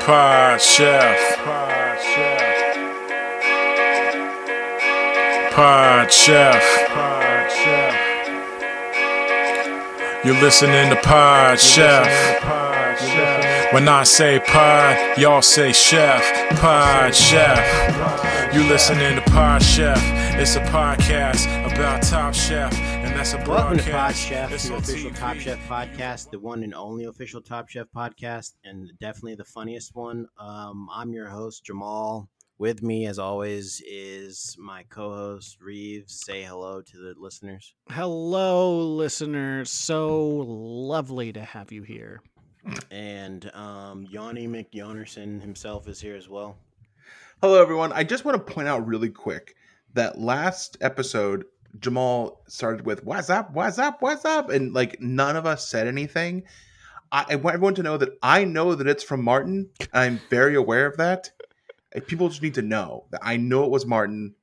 Pod Chef. Pod Chef. You're listening to Pod Chef. When I say pod, y'all say chef. Pod Chef. You listening to Pod Chef. It's a podcast about Top Chef, and that's a Welcome broadcast. to Pod Chef, It's the on official TV. Top Chef podcast, the one and only official Top Chef podcast, and definitely the funniest one. Um, I'm your host, Jamal. With me, as always, is my co host, Reeves. Say hello to the listeners. Hello, listeners. So lovely to have you here. And um, Yanni McYonerson himself is here as well. Hello, everyone. I just want to point out really quick that last episode, Jamal started with "What's up? What's up? What's up?" and like none of us said anything. I, I want everyone to know that I know that it's from Martin. I'm very aware of that. And People just need to know that I know it was Martin,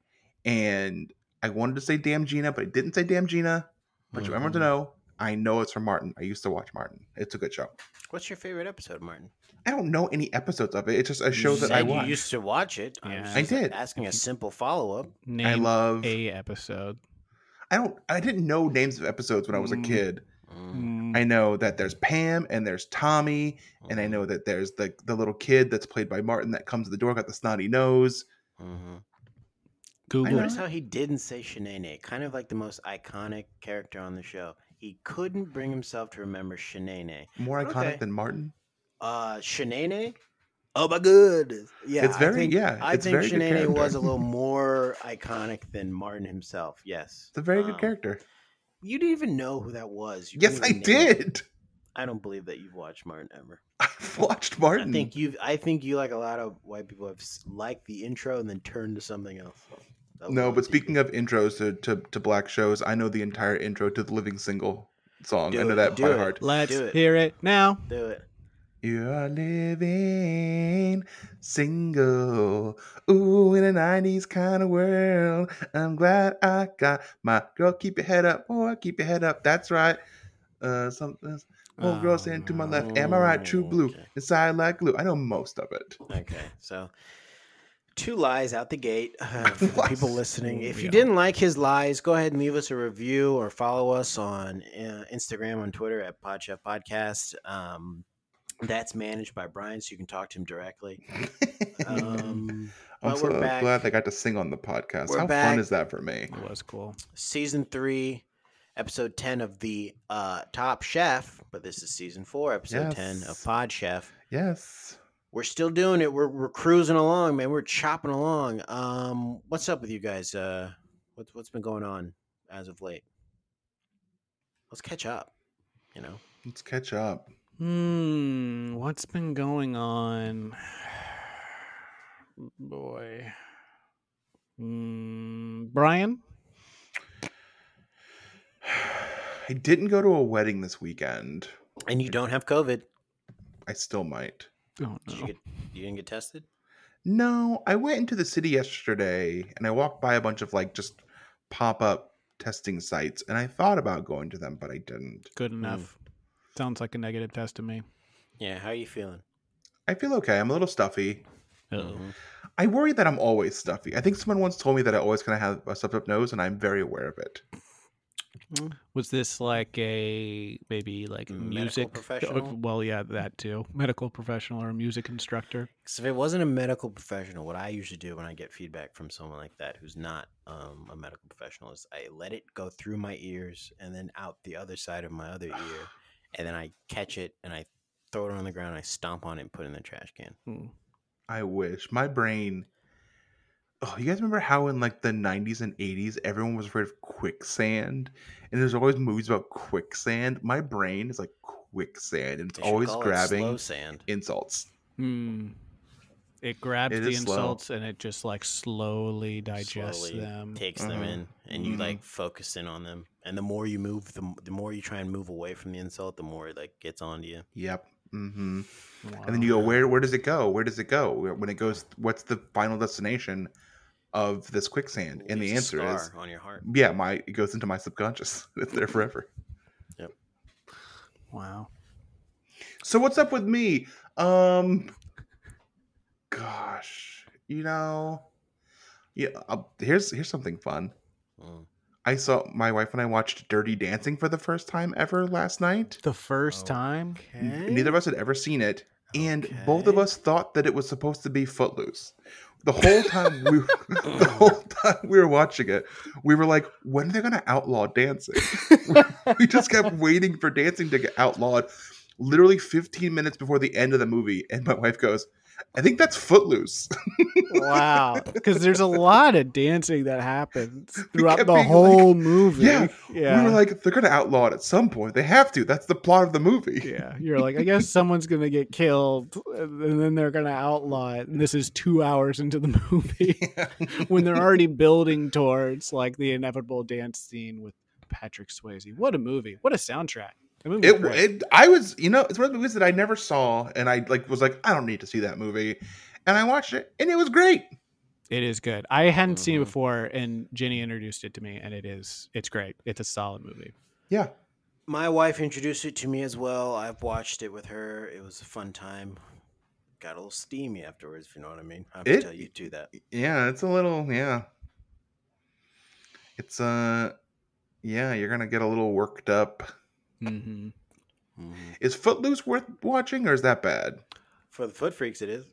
and I wanted to say "Damn Gina," but I didn't say "Damn Gina." But you want Mm-hmm. everyone to know I know it's from Martin. I used to watch Martin. It's a good show. What's your favorite episode, Martin? I don't know any episodes of it. It's just a show you that I said You used watch. to watch it. Yeah. was I just did. Asking a simple follow up. Name I love a episode. I don't I didn't know names of episodes when I was a Mm. kid. I know that there's Pam and there's Tommy, and I know that there's the the little kid that's played by Martin that comes to the door, got the snotty nose. hmm Google. I Notice it. know. how he didn't say Shanae, kind of like the most iconic character on the show. He couldn't bring himself to remember Shanae. More iconic Okay. than Martin. Uh, Shanae? Oh my goodness. Yeah, it's very I think, yeah. I it's think very good Shanae character. was a little more iconic than Martin himself. Yes, It's a very Um, good character. You didn't even know who that was. You Yes, couldn't I even name it. did. I don't believe that you've watched Martin ever. I've watched Martin. I think you. I think you like a lot of white people have s- liked the intro and then turned to something else. That was no, on but TV. speaking of intros to, to to black shows, I know the entire intro to the Living Single song. Do I know it, that do by it. heart. Let's Do it. hear it now. do it. You are living single. Ooh, in a 90s kind of world. I'm glad I got my girl. Keep your head up, boy. Keep your head up. That's right. Uh, something. Oh, girl, standing to my left. Am I right? True blue. Okay. Inside like glue. I know most of it. Okay, so two lies out the gate uh, for the What? people listening. If you Yeah. didn't like his lies, go ahead and leave us a review or follow us on uh, Instagram on Twitter at PodChef Podcast. Um, that's managed by Brian, so you can talk to him directly. Um, I'm but so we're back. glad I got to sing on the podcast. We're How back. fun is that for me? It was cool. season three, episode ten of the uh, Top Chef, but this is season four, episode ten of Yes. Pod Chef. Yes. we're still doing it. We're we're cruising along, man. We're chopping along. Um, what's up with you guys? Uh, what's what's been going on as of late? Let's catch up. You know, Let's catch up. Hmm. What's been going on? Boy. Hmm. Brian? I didn't go to a wedding this weekend. and you don't have COVID. I still might. Oh, Did you no. get you didn't get tested? No, I went into the city yesterday and I walked by a bunch of like just pop up testing sites and I thought about going to them, but I didn't. Good enough. Sounds like a negative test to me. Yeah. How are you feeling? I feel okay. I'm a little stuffy. Mhm. I worry that I'm always stuffy. I think someone once told me that I always kind of have a stuffed up nose and I'm very aware of it. Was this like a maybe like Medical music professional? Well, yeah, that too. Medical professional or music instructor. 'Cause if it wasn't a medical professional, what I usually do when I get feedback from someone like that who's not um, a medical professional is I let it go through my ears and then out the other side of my other ear, and then I catch it and I throw it on the ground. And I stomp on it and put it in the trash can. Hmm. I wish my brain. Oh, you guys remember how in like the 90s and 80s everyone was afraid of quicksand? And there's always movies about quicksand. My brain is like quicksand and it's They should always call it grabbing slow sand. insults. Hmm. It grabs It the is slow. insults and it just like slowly digests Slowly them. takes them Uh-huh. in, and you Mhm. like focus in on them. And the more you move, the, m- the more you try and move away from the insult, the more it like gets onto you. Yep. Mm-hmm. Wow. And then you go, where where does it go? Where does it go? Where- When it goes, what's the final destination of this quicksand? And the Leaves a answer is, scar on your heart. yeah, my it goes into my subconscious. It's there forever. Wow. So what's up with me? Um, gosh, you know, yeah. Uh, here's here's something fun. Mm. I saw my wife and I watched Dirty Dancing for the first time ever last night. The first time. Okay. Neither of us had ever seen it, and both of Okay. us thought that it was supposed to be Footloose. The whole time we the whole time we were watching it, we were like, when are they going to outlaw dancing? we just kept waiting for dancing to get outlawed. Literally 15 minutes before the end of the movie, and my wife goes, "I think that's Footloose." Wow. Because there's a lot of dancing that happens We throughout kept the being like- whole movie. Yeah, Yeah. We were like, "They're going to outlaw it at some point. They have to. That's the plot of the movie." yeah. You're like, I guess someone's going to get killed and then they're going to outlaw it. And this is two hours into the movie when they're already building towards like the inevitable dance scene with Patrick Swayze. What a movie. What a soundtrack. The movie's It, great. it I was you know it's one of the movies that I never saw and I like was like I don't need to see that movie and I watched it and it was great. It is good. I hadn't seen Mm-hmm. it Mhm. before, and Jenny introduced it to me, and it is it's great. It's a solid movie. Yeah. My wife introduced it to me as well. I've watched it with her. It was a fun time. Got a little steamy afterwards, if you know what I mean. I have It- to tell you do that. Yeah, it's a little yeah. It's uh yeah, you're going to get a little worked up. Mm-hmm. Mhm. Is Footloose worth watching or is that bad? For the foot freaks, it is.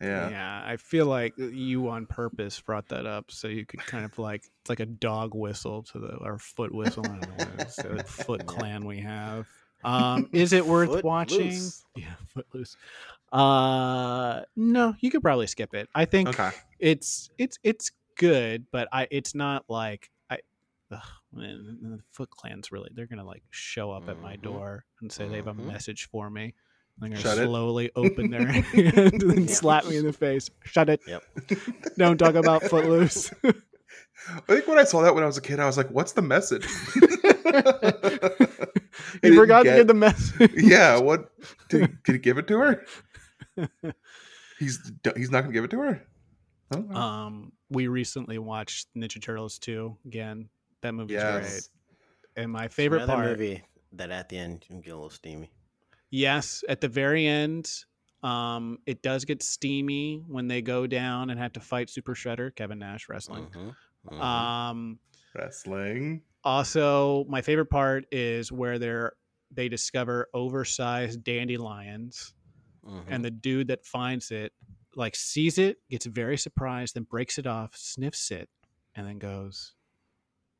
Yeah. Yeah. I feel like you on purpose brought that up so you could kind of like it's like a dog whistle to the or foot whistle. I don't know what it is, the foot clan we have. Um, is it worth Foot watching? loose. Yeah, footloose. Uh, no, you could probably skip it. I think Okay. it's it's it's good, but I it's not like I ugh, man, the Foot Clan's really they're gonna like show up at my Mhm. door and say they have a Mhm. message for me. They're gonna Shut it. slowly open their hand and Yeah. slap me in the face. Shut it. Yep. Don't talk about Footloose. I think when I saw that when I was a kid I was like, "What's the message?" you didn't forgot get- to get the message. yeah, what did, did he give it to her? He's he's not going to give it to her. Oh, Okay. Um, we recently watched Ninja Turtles 2 again. That movie's Yes. great. And my favorite Another part movie that at the end you can get a little steamy. Yes, at the very end, um, it does get steamy when they go down and have to fight Super Shredder, Kevin Nash wrestling. Mhm. Mhm. Um, Wrestling. also, my favorite part is where they're they discover oversized dandelions, Mhm. Uh, and the dude that finds it like sees it, gets very surprised, then breaks it off, sniffs it, and then goes,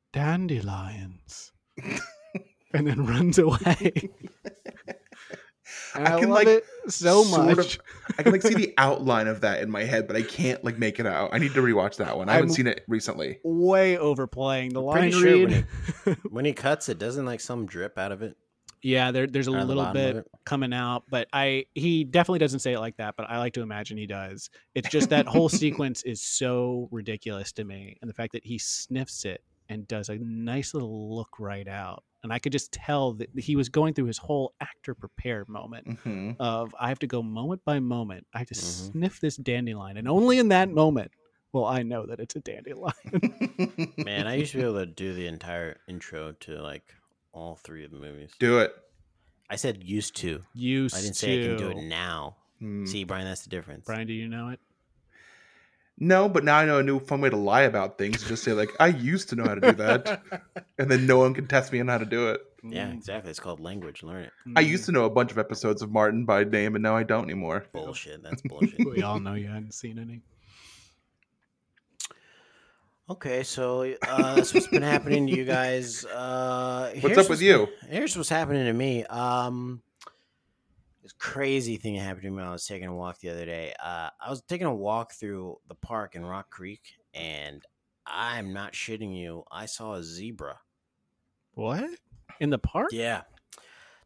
"Dandelions," and then runs away. And I, I can, love like, it so sort of- much. I can like see the outline of that in my head, but I can't like make it out. I need to rewatch that one. I haven't I'm- seen it recently. way overplaying the Pretty line sure read. when he, when he cuts it, doesn't like some drip out of it. yeah, there, there's a Out of the little bottom of bit it. coming out, but I he definitely doesn't say it like that, but I like to imagine he does. It's just that whole sequence is so ridiculous to me, and the fact that he sniffs it and does a nice little look right out, and I could just tell that he was going through his whole actor prepared moment hmm Mm-hmm. of I have to go moment by moment. I have to Mhm. sniff this dandelion, and only in that moment will I know that it's a dandelion. Man, I used to be able to do the entire intro to like all three of the movies. Do it. I said used to. Used I didn't say I can do it to. Mm-hmm. now. Hmm. See, Brian, that's the difference. Brian, do you know it? No, but now I know a new fun way to lie about things. Just say like, I used to know how to do that, and then no one can test me on how to do it. Yeah, exactly. It's called language. Learn it. I used to know a bunch of episodes of Martin by name, and now I don't anymore. Bullshit. That's bullshit. Mm-hmm. Oh, we all know you hadn't seen any. okay, so uh, that's what's been happening to you guys. Uh, What's up with you? Here's what's happening to me. Um, this crazy thing happened to me when I was taking a walk the other day. Uh, I was taking a walk through the park in Rock Creek, and I'm not shitting you. I saw a zebra. What? In the park? Yeah.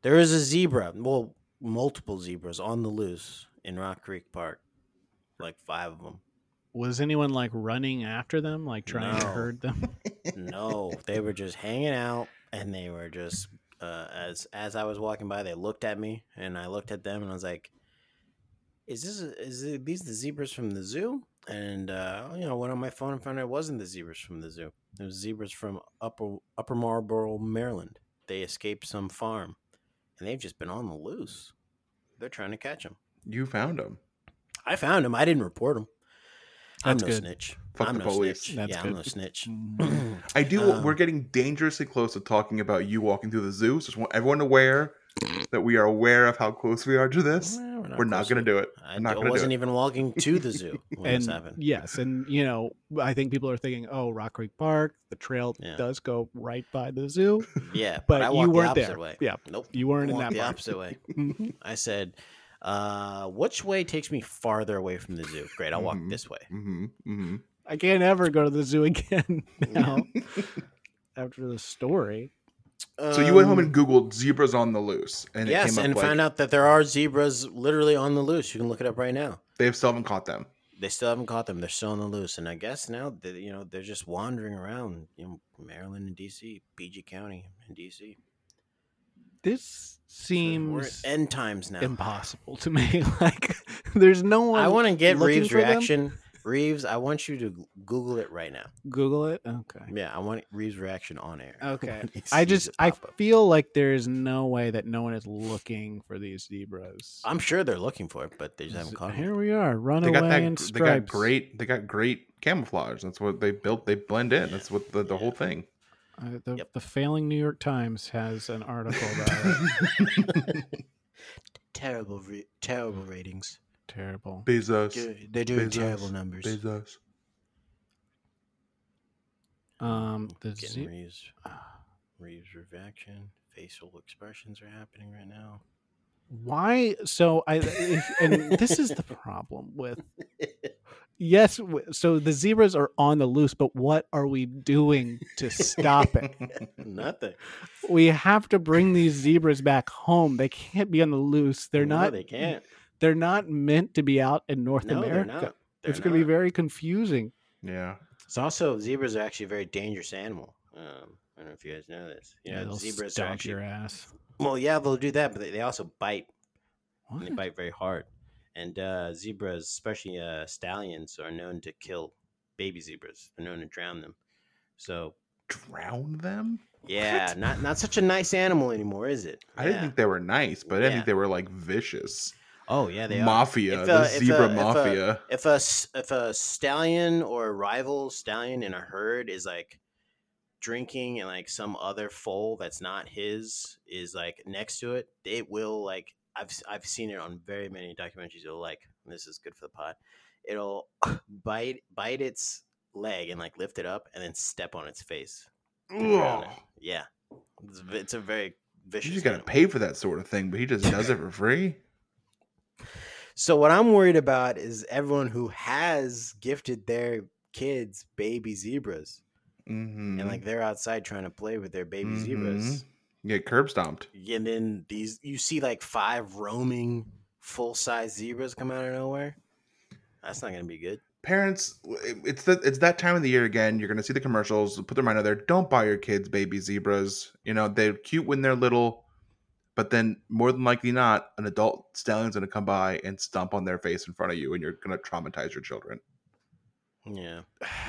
There is a zebra. Well, multiple zebras on the loose in Rock Creek Park. Like five of them. Was anyone like running after them, like trying to No. herd them? No, they were just hanging out and they were just uh, as as I was walking by, they looked at me and I looked at them and I was like, "Is this is it- these the zebras from the zoo?" And uh, you know, went on my phone and found out it wasn't the zebras from the zoo. It was zebras from upper Upper Marlboro, Maryland. They escaped some farm, and they've just been on the loose. They're trying to catch them. You found him. I found him. I didn't report him. I'm That's no good. snitch. Fuck I'm the no police. snitch. That's yeah, I'm no snitch. I do. Um, we're getting dangerously close to talking about you walking through the zoo. So just want everyone aware that we are aware of how close we are to this. Well, We're not close going to do it. I We're not d- going to do wasn't it. even walking to the zoo when and this happened. yes, and you know, I think people are thinking, "Oh, Rock Creek Park, the trail Yeah. does go right by the zoo." Yeah, but, But I you walked weren't the opposite there. way. Yeah. nope. You weren't in walked that the part. opposite way. Mm-hmm, Mhm. I said, uh, "Which way takes me farther away from the zoo?" Great, I'll walk Mhm. this way. hmm hmm I can't ever go to the zoo again now after the story. So you went Um, home and Googled zebras on the loose, and it yes, came up and like found out that there are zebras literally on the loose. You can look it up right now. they've still haven't caught them. They still haven't caught them. They're still on the loose, and I guess now that you know they're just wandering around you know, Maryland and D.C., PG County and D.C. This We're at seems end times now. impossible to me. Like, there's no one. I want to get looking Reeves' for them? reaction. Reeves, I want you to Google it right now. Google it. Okay. Yeah, I want Reeves' reaction on air. Okay. when he I sees just it I pop up. feel like there's no way that no one is looking for these zebras. I'm sure they're looking for it, but Ah, they just haven't caught Here it. we are, run They away got in that. They got stripes. great. They got great camouflage. That's what they built. They blend in. That's what the, the whole thing. Uh, the, Yep. the failing New York Times has an article about it. Terrible, re- terrible ratings. Terrible. Bezos. Do- They're doing Bezos. terrible numbers. Bezos. Um, the Getting ze- Reeves, Reeves' reaction. Facial expressions are happening right now. why? So I if, and this is the problem with yes. w- So the zebras are on the loose, but what are we doing to stop it? Nothing. we have to bring these zebras back home. They can't be on the loose. They're No, not. They can't. They're not meant to be out in North No, they're America. not. They're it's going to be not. very confusing. yeah. It's also zebras are actually a very dangerous animal. Um, I don't know if you guys know this. You know, they'll zebras are stomp actually your ass. Well, yeah, they'll do that, but they, they also bite. And they What? bite very hard. And uh, zebras, especially uh, stallions, are known to kill baby zebras. They're known to drown them. So Drown them. yeah, not not such a nice animal anymore, is it? I didn't Yeah. think they were nice, but I Yeah. think they were like vicious. oh yeah, they are. mafia, If, the uh, if, zebra uh, if, uh, mafia. If a s- if a stallion or a rival stallion in a herd is like drinking and like some other foal that's not his is like next to it, it will like I've s- I've seen it on very many documentaries. It'll like and this is good for the pod. It'll bite bite its leg and like lift it up and then step on its face. and drown it. Ugh. Yeah, it's, v- it's a very You vicious. just gotta animal. pay for that sort of thing, but he just does it for free. So what I'm worried about is everyone who has gifted their kids baby zebras Mm-hmm. and like they're outside trying to play with their baby zebras. you get curb stomped. And then these you see like five roaming full-size zebras come out of nowhere. That's not going to be good. Parents, it's the, it's that time of the year again. You're gonna see the commercials. Put their mind out there. Don't buy your kids baby zebras. You know they're cute when they're little, but then more than likely not, an adult stallion's gonna come by and stomp on their face in front of you, and you're gonna traumatize your children. Yeah.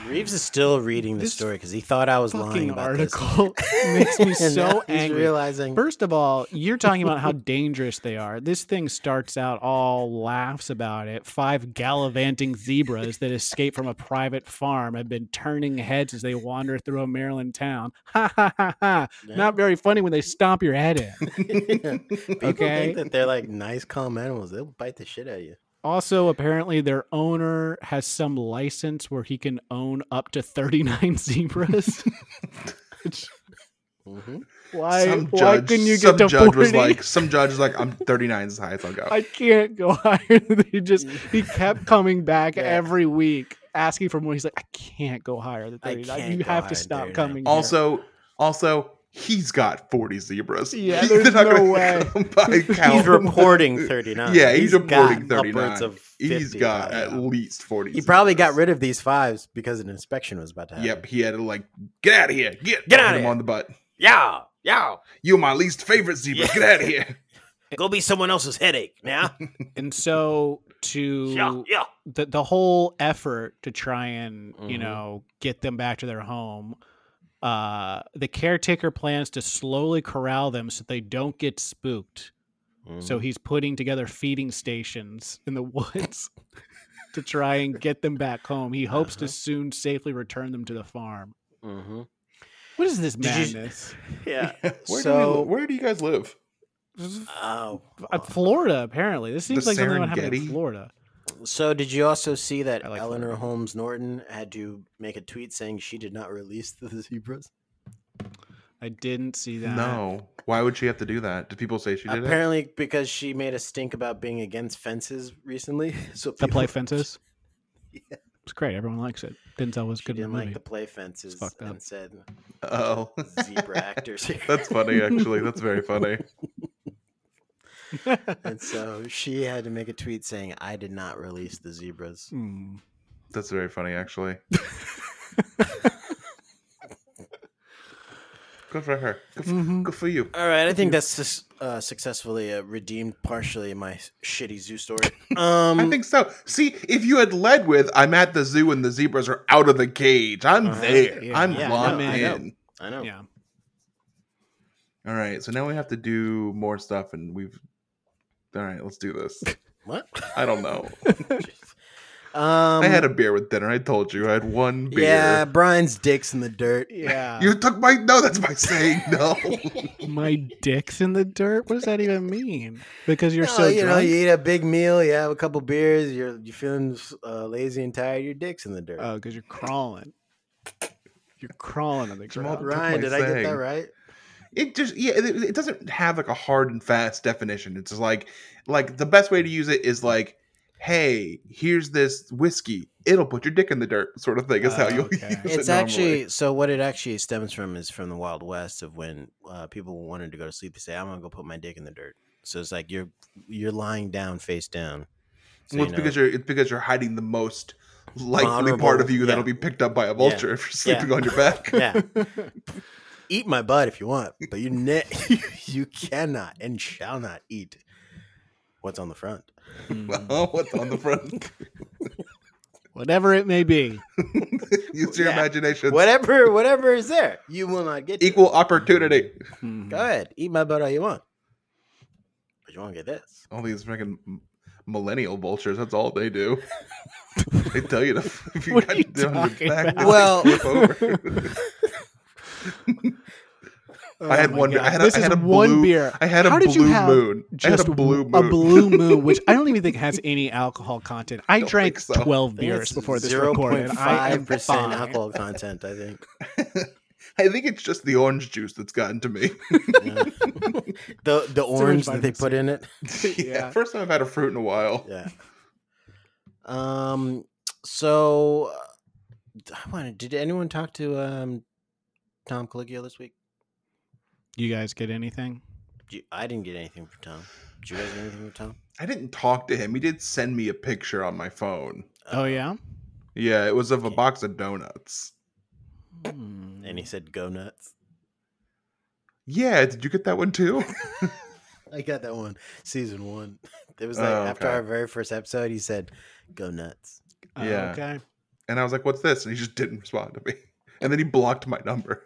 Reeves is still reading the This story cuz he thought I was lying Fucking about article this. makes me And now so he's angry. realizing First of all, you're talking about how dangerous they are. This thing starts out all laughs about it. Five gallivanting zebras that escaped from a private farm have been turning heads as they wander through a Maryland town. Ha ha ha ha. Not very funny when they stomp your head in. People Okay. think that they're like nice calm animals. They'll bite the shit out of you. Also, apparently, their owner has some license where he can own up to 39 zebras. Mhm. Why, some why judge, couldn't you some get to judge 40? was like, some judge is like, I'm 39 is the highest I'll go. I can't go higher. than- he just he kept coming back Yeah. every week asking for more. He's like, I can't go higher than I 39. can't You go have higher to than stop 39." coming. here." Also, also, he's got 40 zebras. Yeah, He- there's they're not no gonna way. come by count. He's reporting 39. Yeah, he's reporting got 39. upwards of 50 He's got by at now. least 40. He probably got zebras. rid of these fives because an inspection was about to happen. Yep, he had to like get out of here. Get Get hit outta him here. on the butt. Yeah, yeah. You're my least favorite zebra. Yeah. Get out of here. Go be someone else's headache now. and so to the the whole effort to try and you Mhm. know get them back to their home. Uh, the caretaker plans to slowly corral them so they don't get spooked. So Mm-hmm. he's putting together feeding stations in the woods to try and get them back home. He hopes to Uh-huh. soon safely return them to the farm. hmm What is this Did you- madness? where, yeah. do we, Mm-hmm. So- li- where do you guys live? Oh, Uh, Florida, apparently. This seems like something that happened in Serengeti? Florida. so did you also see that I like Eleanor Florida. Holmes Norton had to make a tweet saying she did not release the zebras? I didn't see that. No. Why would she have to do that? Did people say she did it? Apparently, because she made a stink about being against fences recently. So The play people- fences. Yeah. It's great. Everyone likes it. Denzel was She good in the didn't movie. like the play fences fucked up. and said Oh, zebra actors. here." that's funny. Actually, that's very funny. and so she had to make a tweet saying, "I did not release the zebras." Hmm. That's very funny. Actually, good for her. Good for, Mm-hmm. Mhm. good for you. All right, I think that's sus- uh, successfully uh, redeemed partially my s- shitty zoo story. Um, I think so. See, if you had led with "I'm at the zoo and the zebras are out of the cage," I'm Uh-huh. there. Yeah. I'm Yeah, no, locked I know. in. I know. Yeah. All right, so now we have to do more stuff, and we've. All right, let's do this. What? I don't know. um, I had a beer with dinner. I told you I had one beer. yeah. uh, Brian's dick's in the dirt. Yeah. You took my no. That's my saying no. My dick's in the dirt? What does that even mean? Because you're No, so you know, drunk? you eat a big meal, you have a couple beers, you're you feeling uh, lazy and tired. Your dick's in the dirt. Uh, Oh, because you're crawling. You're crawling on the Jamal, ground. Ryan, my did I get that saying. right? it just yeah. It, it doesn't have like a hard and fast definition. It's just like like the best way to use it is like, hey, here's this whiskey. It'll put your dick in the dirt, sort of thing. Is how Oh, you'll okay. use it. It's normally. actually so. What it actually stems from is from the Wild West of when uh, people wanted to go to sleep. They say, "I'm gonna go put my dick in the dirt." So it's like you're you're lying down, face down. So, well, it's you know, because you're it's because you're hiding the most likely Vulnerable, part of you yeah. that'll be picked up by a vulture if you're yeah. sleeping on your back. yeah, eat my butt if you want, but you ne- you cannot and shall not eat what's on the front. Mm. Well, what's on the front? Whatever it may be. Use your Yeah. imagination. Whatever, whatever is there, you will not get. to it. Equal opportunity. Mm. Go ahead, eat my butt all you want, but you won't get this. All these freaking m- millennial vultures. That's all they do. they tell you to. If you What got are you it on your talking back, about? just Well- flip over. Oh I had my one- I God. had a- this I had is a one blue- beer. I had a How did you blue have moon. I had Just a blue moon. a blue moon, which I don't even think has any alcohol content. I Don't drank think so. twelve I think beers it's before this recorded. I am 0.5% fine. alcohol content. I think. I think it's just the orange juice that's gotten to me. Yeah. the the orange that they vitamin put C. in it. yeah, Yeah. first time I've had a fruit in a while. Yeah. Um. So, uh, I wanted. Did anyone talk to um, Tom Colicchio this week? You guys get anything? Did you- I didn't get anything from Tom. Did you guys get anything from Tom? I didn't talk to him. He did send me a picture on my phone. Oh yeah. Yeah, it was of a Okay. box of donuts. Hmm. And he said, "Go nuts." Yeah, did you get that one too? I got that one, season one. It was like Oh, after okay. our very first episode, he said, "Go nuts." Oh, Yeah. Okay. And I was like, "What's this?" And he just didn't respond to me. And then he blocked my number.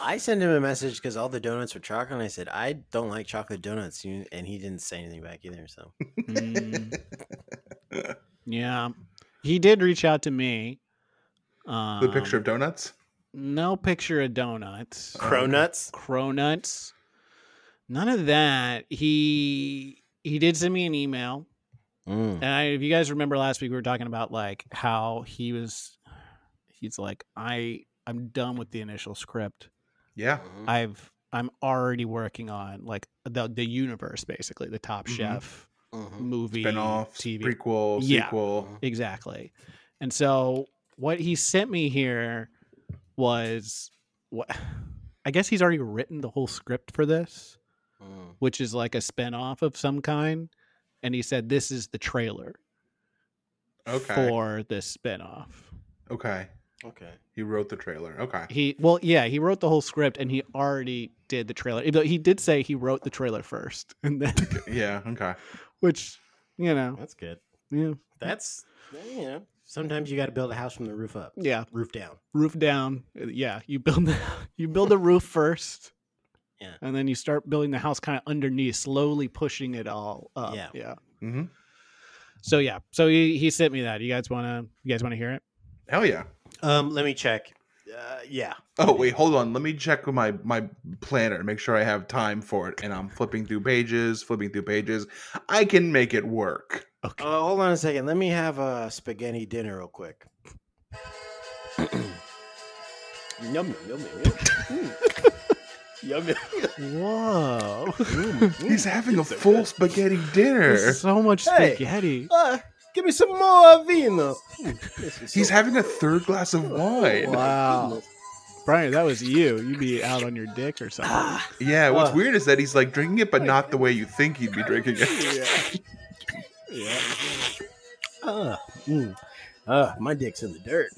I sent him a message because all the donuts were chocolate. And I said, "I don't like chocolate donuts," You- and he didn't say anything back either. So Mm. yeah. He did reach out to me. Um, The picture of donuts. no picture of donuts. Oh, okay. Cronuts. Cronuts. None of that. He he did send me an email. Mm. And I, if you guys remember last week we were talking about like how he was he's like, I I'm done with the initial script. Yeah. Mm-hmm. I've I'm already working on like the the universe basically, the top Mhm. chef Mhm. movie Spinoff, TV prequel, Yeah. sequel. Exactly. And so what he sent me here was what I guess he's already written the whole script for this, Mm. which is like a spin-off of some kind. And he said this is the trailer Okay. for this spin-off. Okay. Okay. He wrote the trailer. Okay. He well, yeah, he wrote the whole script and he already did the trailer. Though He did say he wrote the trailer first and then Yeah. Okay. which you know, That's good. yeah, That's you know. Sometimes you got to build a house from the roof up, yeah, roof down. uh, roof down. Yeah, you build the you build the roof first Yeah. and then you start building the house kind of underneath, slowly pushing it all up. Yeah. yeah. hmm So yeah, so he, he sent me that. You guys wanna you guys wanna hear it? Hell yeah. Um, let me check. Uh, yeah. Oh wait, hold on. Let me check with my my planner to make sure I have time for it. And I'm flipping through pages, flipping through pages. I can make it work. Okay. Uh, hold on a second. Let me have a spaghetti dinner real quick. yum yum yum yum. yum. Mm. yum yum. Whoa. He's Mm. having a full spaghetti dinner. There's so much Hey. spaghetti. Uh, give me some more vino. Mm, this is He's so- having a third glass of wine. Wow. Brian, if that was you. You'd be out on your dick or something. Yeah, what's Uh. weird is that he's like drinking it, but not the way you think he'd be drinking it. Uh, mm. uh, my dick's in the dirt.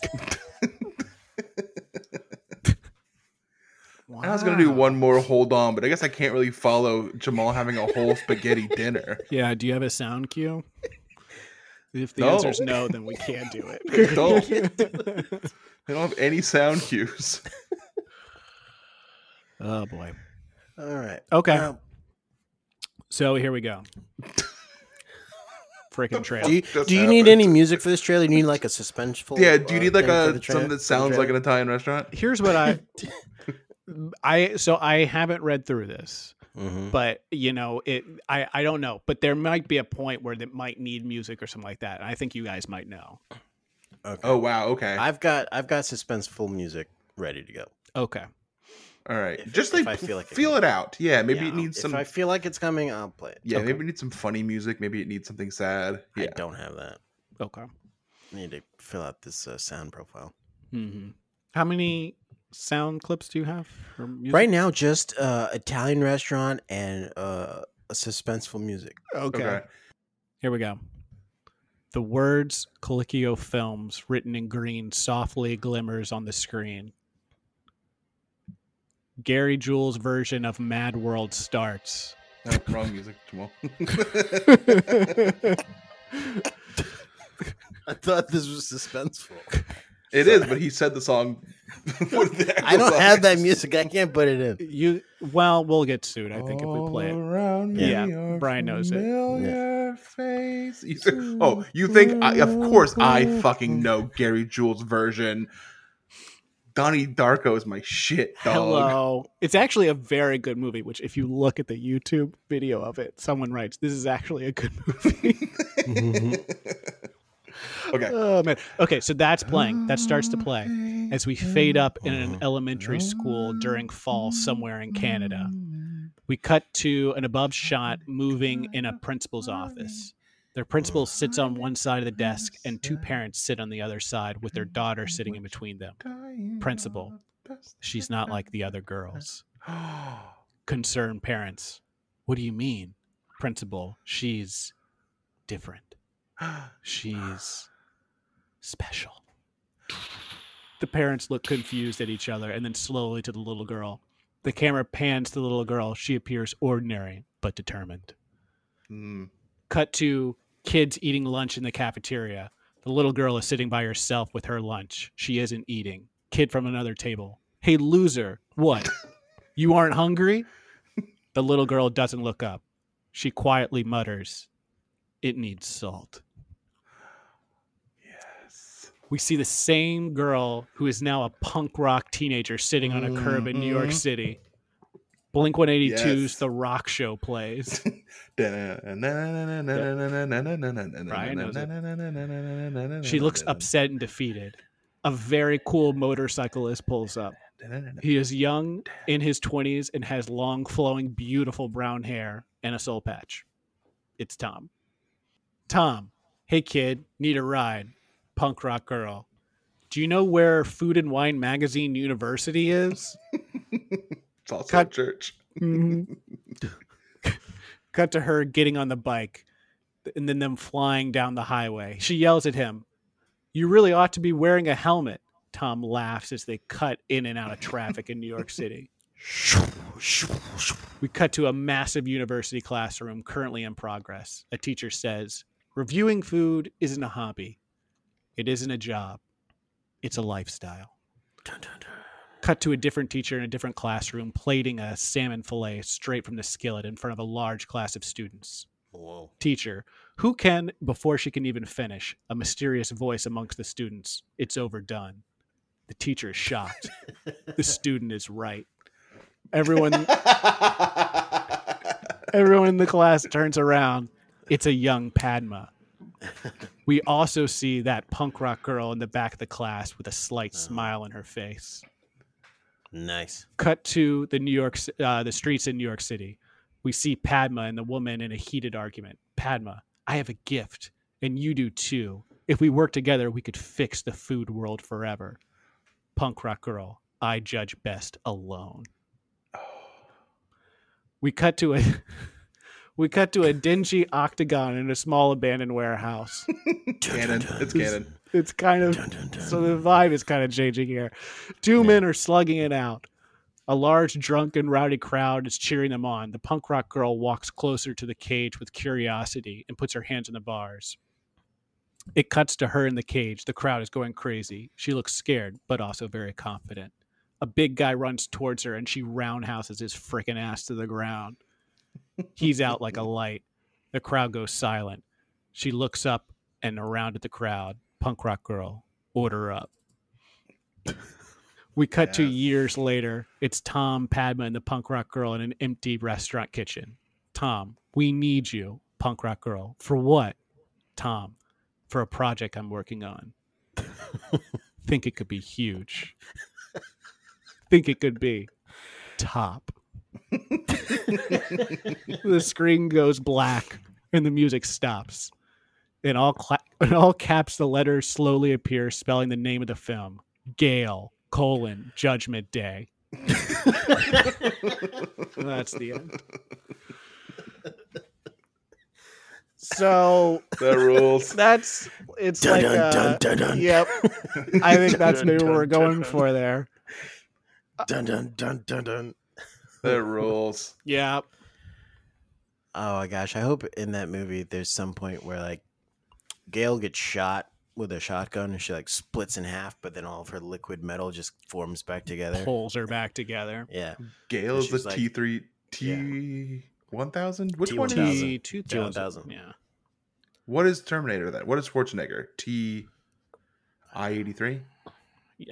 And I was gonna do one more hold on, but I guess I can't really follow Jamal having a whole spaghetti dinner. Yeah, do you have a sound cue? If the No. answer's no, then we can't do They it. don't, they don't have any sound cues. oh boy. All right. Okay. Um, So here we go. Freaking trail. do you, just do you need happened? any music for this trailer? Do you need like a suspenseful? Yeah, do you uh, need like thing for a the tra- something for that the sounds like trailer? an Italian restaurant? Here's what I I so I haven't read through this, Mhm. but you know, it I I don't know, but there might be a point where that might need music or something like that. And I think you guys might know. Okay. Oh wow, okay. I've got I've got suspenseful music ready to go. Okay. All right. If- Just if like I feel, feel like it it out. Yeah, maybe Yeah, it needs if some I feel like it's coming, I'll play it. Yeah, Okay. maybe it needs some funny music, maybe it needs something sad. I Yeah. don't have that. Okay. I need to fill out this uh, sound profile. hmm How many sound clips do you have? Or music? Right now, just uh, Italian restaurant and uh, a suspenseful music. Okay. Okay. Here we go. The words Colicchio Films written in green softly glimmers on the screen. Gary Jules' version of Mad World starts. No, wrong music, Jamal. I thought this was suspenseful. it is, but he said the song. What the heck I was don't have that music. I can't put it in. You well, we'll get sued, I think, if we play All it. around Yeah. me Yeah, are Brian knows it. familiar face- You think- oh, you think? I, of course, I fucking know Gary Jules' version. Donnie Darko is my shit, dog. Hello. It's actually a very good movie, which if you look at the YouTube video of it, someone writes, This is actually a good movie. Mm-hmm. Okay. oh man. Okay, so that's playing. That starts to play. as we fade up in an elementary school during fall somewhere in Canada. We cut to an above shot moving in a principal's office. Their principal sits on one side of the desk, and two parents sit on the other side with their daughter sitting in between them. Principal. She's not like the other girls. Concerned parents. What do you mean? Principal, she's different. She's special. The parents look confused at each other and then slowly to the little girl. The camera pans to the little girl. She appears ordinary but determined. Mm. Cut to kids eating lunch in the cafeteria. The little girl is sitting by herself with her lunch. She isn't eating. Kid from another table. Hey, loser, what? You aren't hungry? The little girl doesn't look up. She quietly mutters, It needs salt. Yes. we see the same girl who is now a punk rock teenager sitting on a curb in New York Mhm. City. Blink 182's Yes. The Rock Show plays. She looks upset and defeated. A very cool motorcyclist pulls up. He is young, in his 20s, and has long, flowing, beautiful brown hair and a soul patch. It's Tom. Tom, hey kid, need a ride. Punk rock girl. Do you know where Food and Wine Magazine University is? It's also Cut. a church. Cut to her getting on the bike and then them flying down the highway. She yells at him, You really ought to be wearing a helmet. Tom laughs as they cut in and out of traffic in New York City. We cut to a massive university classroom currently in progress. A teacher says, Reviewing food isn't a hobby, it isn't a job, it's a lifestyle. cut to a different teacher in a different classroom plating a salmon fillet straight from the skillet in front of a large class of students. Whoa. Teacher, who can, before she can even finish, a mysterious voice amongst the students. It's overdone. The teacher is shocked. the student is right. Everyone everyone in the class turns around. It's a young Padma. We also see that punk rock girl in the back of the class with a slight Oh. smile on her face. Nice. Cut to the New York, Ci- uh, the streets in New York City. We see Padma and the woman in a heated argument. Padma, I have a gift, and you do too. If we work together, we could fix the food world forever. Punk rock girl, I judge best alone we cut to a we cut to a dingy octagon in a small abandoned warehouse Canon. It's canon. it's kind of so the vibe is kind of changing here two men are slugging it out a large drunk and rowdy crowd is cheering them on the punk rock girl walks closer to the cage with curiosity and puts her hands on the bars it cuts to her in the cage the crowd is going crazy she looks scared but also very confident a big guy runs towards her and she roundhouses his freaking ass to the ground he's out like a light the crowd goes silent she looks up and around at the crowd, punk rock girl, order up. We cut to Yes. years later. It's Tom, Padma, and the punk rock girl in an empty restaurant kitchen. Tom, we need you, punk rock girl. For what? Tom, for a project I'm working on. Think it could be huge. Think it could be top. the screen goes black and the music stops. In all cla- in all caps, the letters slowly appear, spelling the name of the film: Gale colon Judgment Day. That's the end. So That rules. that's it's like uh, yep. I think that's maybe what we're going for there. Dun dun dun dun dun. That rules. Yeah, Oh my gosh! I hope in that movie there's some point where like Gail gets shot with a shotgun and she like splits in half, but then all of her liquid metal just forms back together. pulls her back together. Yeah, Gale is the She's like- T three T one thousand. Which one is? T1000. T two thousand. T1000. Yeah, What is Terminator? That what is Schwarzenegger? T I eighty three.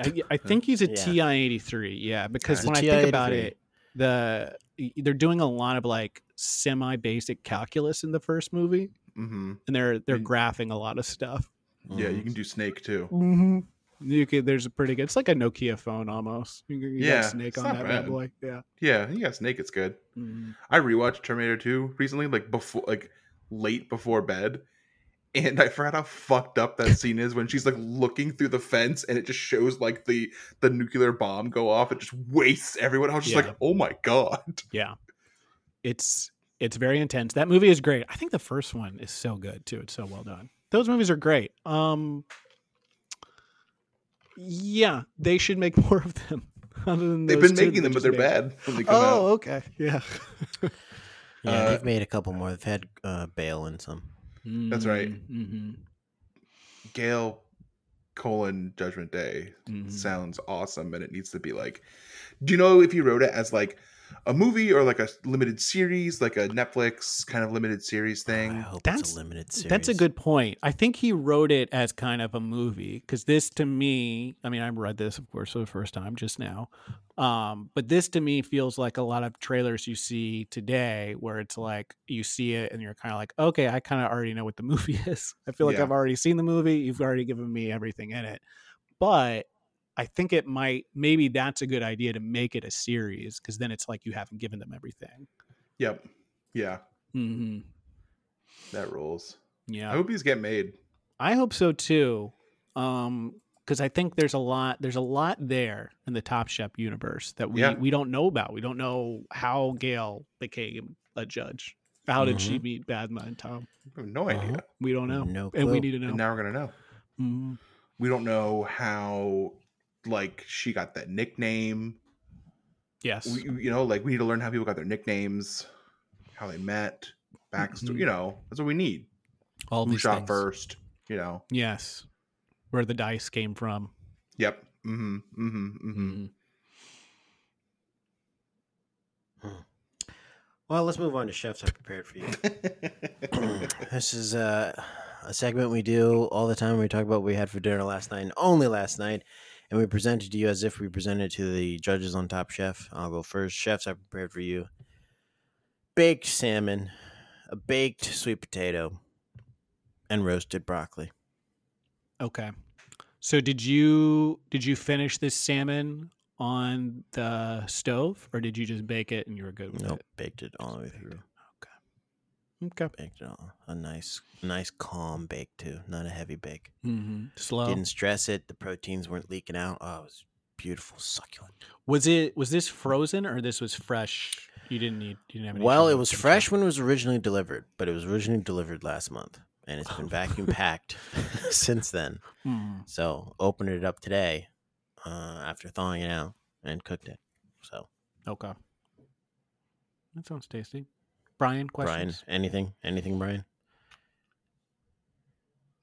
I, I think he's a Yeah. TI eighty three. Yeah, because He's a when I think about TI-83. it, the they're doing a lot of like semi basic calculus in the first movie, Mm-hmm. and they're they're Mm. graphing a lot of stuff. Yeah, Mhm. you can do Snake too. Mm-hmm. You could, there's a pretty good. It's like a Nokia phone almost. You, you Yeah, got a snake it's on not that bad. bad boy. Yeah. Yeah, you got Snake. It's good. Mm. I rewatched Terminator two recently, like before, like late before bed, and I forgot how fucked up that scene is when she's like looking through the fence and it just shows like the the nuclear bomb go off. It just wastes everyone. I was just Yeah. like, oh my god. Yeah. It's it's very intense. That movie is great. I think the first one is so good too. It's so well done. Those movies are great. Um Yeah, they should make more of them. Other than They've those been two making them, that but we just they're made. bad when they come Oh, out. okay. Yeah. Yeah, Uh, they've made a couple more. They've had uh, Bale in some. That's right. Mm-hmm. Gale colon Judgment Day Mm. Mm-hmm. sounds awesome and it needs to be like do you know if you wrote it as like a movie or like a limited series like a netflix kind of limited series I thing hope That's- it's a limited series. That's a good point. I think he wrote it as kind of a movie because this to me, I mean, I read this, of course, for the first time just now. Um, but this to me feels like a lot of trailers you see today where it's like you see it and you're kind of like, okay, I kind of already know what the movie is. I feel like Yeah. I've already seen the movie. You've already given me everything in it. But I think it might, maybe that's a good idea to make it a series because then it's like you haven't given them everything. yep yeah hmm that rules Yeah. i hope these get made I hope so too. Um, because I think there's a lot there's a lot there in the Top Chef universe that we Yeah. we don't know about. We don't know how Gail became a judge. How did she Mhm. meet Badma and Tom? I have no idea Uh-huh. We don't know. No and we clue. need to know. and now we're gonna know Mhm. we don't know how like she got that nickname Yes. we, you know like we need to learn how people got their nicknames how they met backstory Mhm. you know that's what we need All who these shot things. first you know Yes. Where the dice came from. yep mm-hmm mm-hmm mm-hmm Mhm. Well, let's move on to chefs I prepared for you. Mm. this is uh, a segment we do all the time. We talk about what we had for dinner last night and only last night, and we present it to you as if we presented it to the judges on Top Chef. I'll go first. Chefs I prepared for you: baked salmon, a baked sweet potato, and roasted broccoli. Okay. So did you did you finish this salmon on the stove, or did you just bake it and you were good with Nope, baked it all the way through. it? Okay. Baked it all. A nice, nice calm bake too, not a heavy bake. Mm-hmm. Slow. Didn't stress it. The proteins weren't leaking out. Oh, it was beautiful, succulent. Was it was this frozen or this was fresh? You didn't need you didn't have any Well, trouble it was finishing? fresh when it was originally delivered, but it was originally delivered last month, and Oh. it's been vacuum packed since then. Mm. So opened it up today uh, after thawing it out and cooked it. So Okay. That sounds tasty. Brian, Brian, questions? anything, anything, Brian?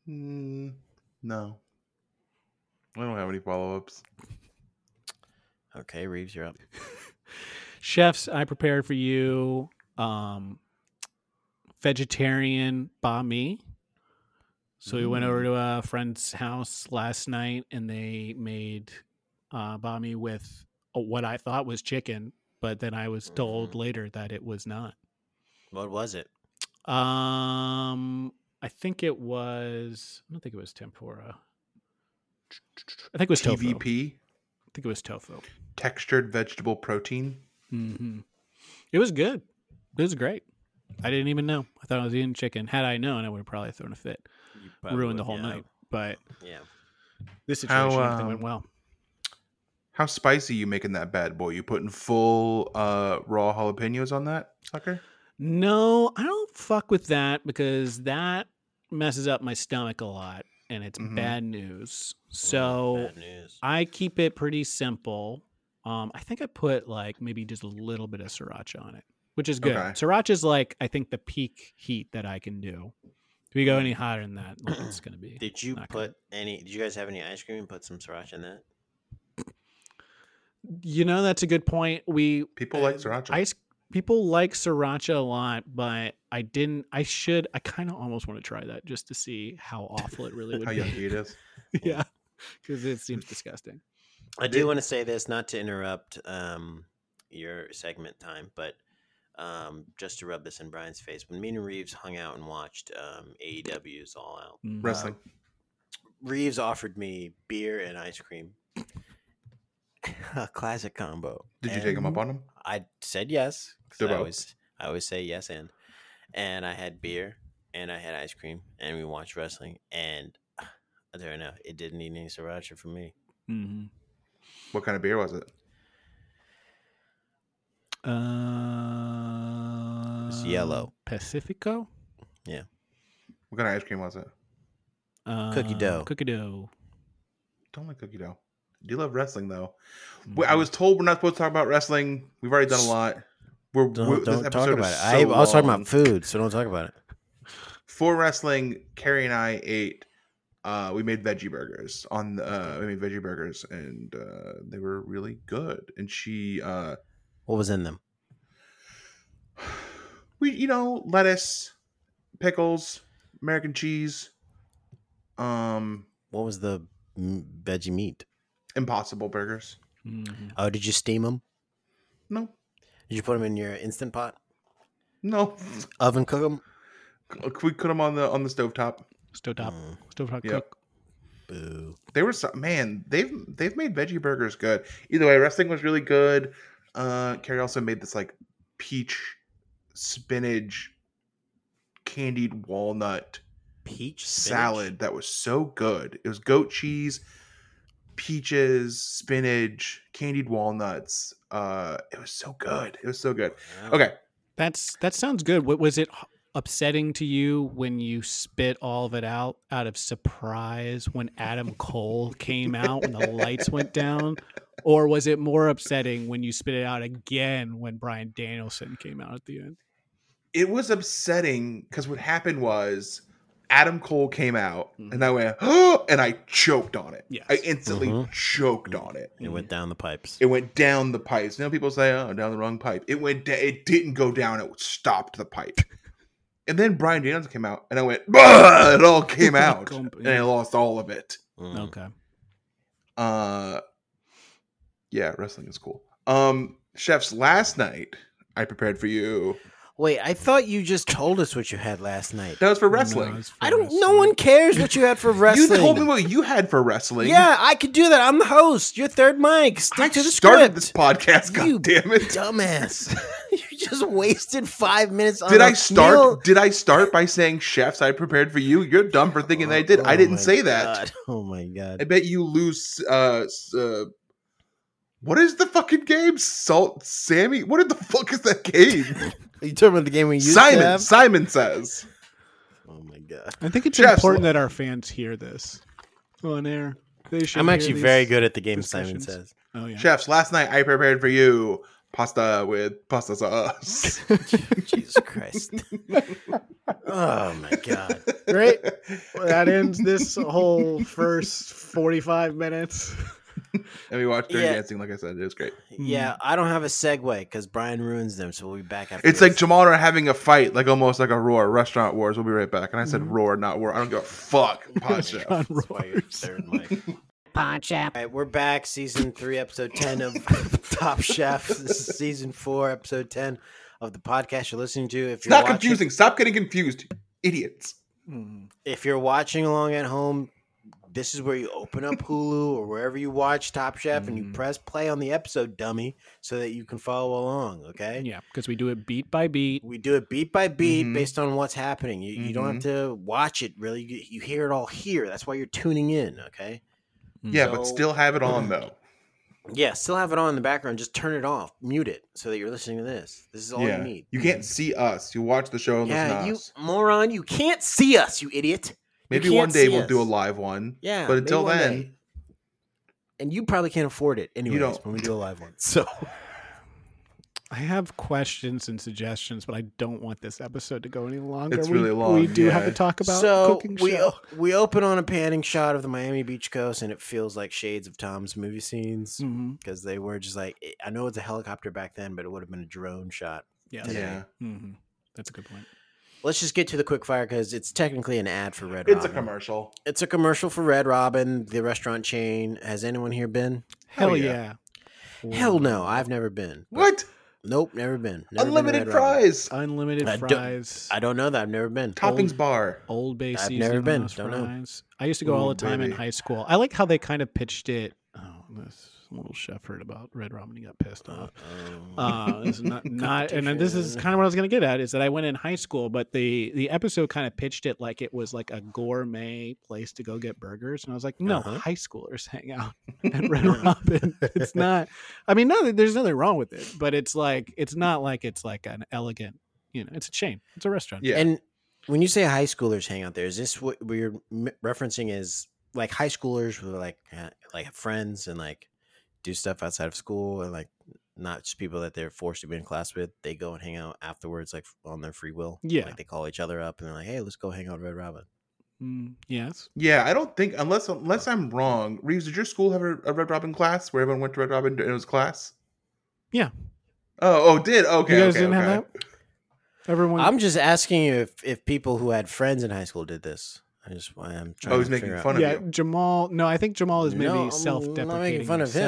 Mm, no. I don't have any follow ups. Okay, Reeves, you're up. Chefs, I prepared for you um vegetarian bami. So we went Mm. over to a friend's house last night and they made uh bami with uh, what I thought was chicken, but then I was told Mhm. later that it was not. What was it? Um, I think it was. I don't think it was tempura. I think it was tofu. I TVP, think it was tofu. textured vegetable protein. hmm It was good. It was great. I didn't even know. I thought I was eating chicken. Had I known, I would have probably thrown a fit, You probably ruined the would- whole yeah, night. But Yeah. this How, situation everything went um, well. How spicy you making that bad boy? You putting full uh, raw jalapenos on that sucker? No, I don't fuck with that because that messes up my stomach a lot, and it's Mhm. bad news. Mm, So. bad news. I keep it pretty simple. Um, I think I put like maybe just a little bit of sriracha on it, which is good. Okay. Sriracha is like I think the peak heat that I can do. If we go any hotter than that, like, it's gonna be. Did you not put good. any? Did you guys have any ice cream and put some sriracha in that? You know, that's a good point. We People like Uh, sriracha. ice people like sriracha a lot, but I didn't. I should. I kind of almost want to try that just to see how awful it really would How be. yucky it is. yeah, because it seems disgusting. I Did- do want to say this, not to interrupt um, your segment time, but um, just to rub this in Brian's face. When me and Reeves hung out and watched um, AEW's All Out, Mm. Wrestling. Reeves offered me beer and ice cream. A classic combo. Did you take them up And on them? I said yes. 'cause I Devo. always, I always say yes and. And I had beer and I had ice cream and we watched wrestling. And I don't know, it didn't need any sriracha for me. Mhm. What kind of beer was it? Um, yellow. Pacifico. What kind of ice cream was it? Cookie Um, dough. Cookie dough. Don't like cookie dough. Do you love wrestling though? Well, I Mm. was told we're not supposed to talk about wrestling. We've already done a lot. We're, we're- Don't, this don't talk episode about it. is I, I so was talking long. about food, so don't talk about it. for wrestling. Carrie and I ate. Uh, we made veggie burgers on. The, uh, we made veggie burgers and uh, they were really good. And she, uh, What was in them? we you know lettuce, pickles, American cheese, um, What was the m- veggie meat? Impossible burgers. Mhm. Oh, did you steam them? No, Did you put them in your instant pot? no. Oven cook them? We cook them on the on the stovetop. Stove top. Mm. Stove top Yep. cook. boo. they were so, man they've they've made veggie burgers good either way wrestling was really good uh carrie also made this like peach spinach candied walnut Peach spinach? salad that was so good it was goat cheese peaches spinach candied walnuts uh it was so good it was so good Wow. okay That's that sounds good. What was it h- upsetting to you when you spit all of it out out of surprise when Adam Cole came out when the lights went down? Or was it more upsetting when you spit it out again when Brian Danielson came out at the end? it was upsetting because what happened was Adam Cole came out, Mm-hmm. and I went, oh, and I choked on it. Yes. I instantly Mhm. choked on it. It went down the pipes. It went down the pipes. You know, people say, "Oh, down the wrong pipe." It went. Da- it didn't go down. It stopped the pipe. And then Brian Danielson came out, and I went, "Bah!" "It all came out," Gump, and I yeah. lost all of it. Mm. Okay. Uh, yeah, wrestling is cool. Um, chefs, last night I prepared for you. Wait, I thought you just told us what you had last night. That was for wrestling. No, it's for I don't. No wrestling. one cares what you had for you wrestling. told me what you had for wrestling. Yeah, I could do that. I'm the host. Your third mic. Stick I to the started script. this podcast. God You damn it! dumbass. you just wasted five minutes. on Did a I start? meal- Did I start by saying chefs? I prepared for you. You're dumb for thinking that I did. Oh I didn't my say that. God. Oh my I god. bet you lose. Uh, s- uh, what is the fucking game? Salt Sammy. What the fuck is that game? Are you talking about the game we used Simon. to have? Simon says. Oh my god. I think it's Jeff's important lo- that our fans hear this on air. They should I'm hear actually these- very good at the game Simon discussions. says. Oh yeah. Chefs. Last night I prepared for you pasta with pasta sauce. Jesus Christ. oh my god. Great. Well, that ends this whole first 45 minutes. And we watched Dirty Yeah. Dancing. Like I said, it was great. Yeah, I don't have a segue because Brian ruins them, so we'll be back after It's this. like Jamal and I are having a fight, like almost like a roar. Restaurant wars. We'll be right back. And I Mm-hmm. said roar, not war. I don't give a fuck. Pod chef. John That's why you're Roars. third mic. All right, we're back, season three, episode ten of Top Chef. This is season four, episode ten of the podcast you're listening to. If It's you're not watching, confusing. Stop getting confused, idiots. Mm. if you're watching along at home, this is where you open up Hulu or wherever you watch Top Chef and Mm. you Mhm. press play on the episode, dummy, so that you can follow along. Okay. Yeah, because we do it beat by beat. We do it beat by beat Mhm. based on what's happening. You, you don't have Mm-hmm. to watch it really. You, you hear it all here. That's why you're tuning in. Okay. Yeah, but So- still have it on though. Yeah. Still have it on in the background. Just turn it off. Mute it so that you're listening to this. This is all you need. Mm-hmm. You can't see us. You watch the show and Yeah, listen to you us. moron. You can't see us, you idiot. Maybe can't one day see we'll do a us. live one. Yeah. But maybe until one then, day. And you probably can't afford it anyways don't. when we do a live one. So I have questions and suggestions, but I don't want this episode to go any longer. It's We- really long, We do have yeah. to talk about so cooking we show. we open on a panning shot of the Miami Beach coast, and it feels like shades of Tom's movie scenes Mhm, because they were just like eh, I- I know it's a helicopter back then, but it would have been a drone shot. Yes. yeah, Mhm. That's a good point. Let's just get to the quick fire because it's technically an ad for Red it's a Robin. commercial. It's a commercial for Red Robin, the restaurant chain. Has anyone here been? Hell, Hell yeah. yeah. Hell no, I've never been. What? Nope, never been. Never been to Unlimited Red Robin. fries, Unlimited I don't- fries. I don't know that. I've never been. toppings bar. Old Bay I've seasoning never on been, those don't know. fries. I used to go all Ooh, the time baby. in high school. I like how they kind of pitched it. Oh, this little chef heard about red ramen. He got pissed off. Uh, this is not, not and then this is Competition. kind of what I was going to get at is that I went in high school, but the the episode kind of pitched it like it was like a gourmet place to go get burgers, and I was like, no, Uh-huh. high schoolers hang out at Red Robin. It's not. I mean, no, there's nothing wrong with it, but it's like it's not like it's like an elegant. You know, it's a chain. It's a restaurant. Yeah. And when you say high schoolers hang out there, is this what we're m- referencing? Is like high schoolers were like ha- like have friends and like do stuff outside of school and like not just people that they're forced to be in class with. They go and hang out afterwards, like on their free will. Yeah. like they call each other up and they're like, "Hey, let's go hang out at Red Robin." Mm, yes. Yeah, I don't think unless unless I'm wrong. Reeves, did your school have a, a Red Robin class where everyone went to Red Robin and it was class? Yeah. Oh, oh, did okay. you guys okay, didn't okay. have that. Everyone. I'm just asking you if if people who had friends in high school did this. I just why I'm trying. Oh, he's to making figure out. fun of yeah, you. Jamal. No, I think Jamal is maybe No, I'm not self-deprecating making fun of him.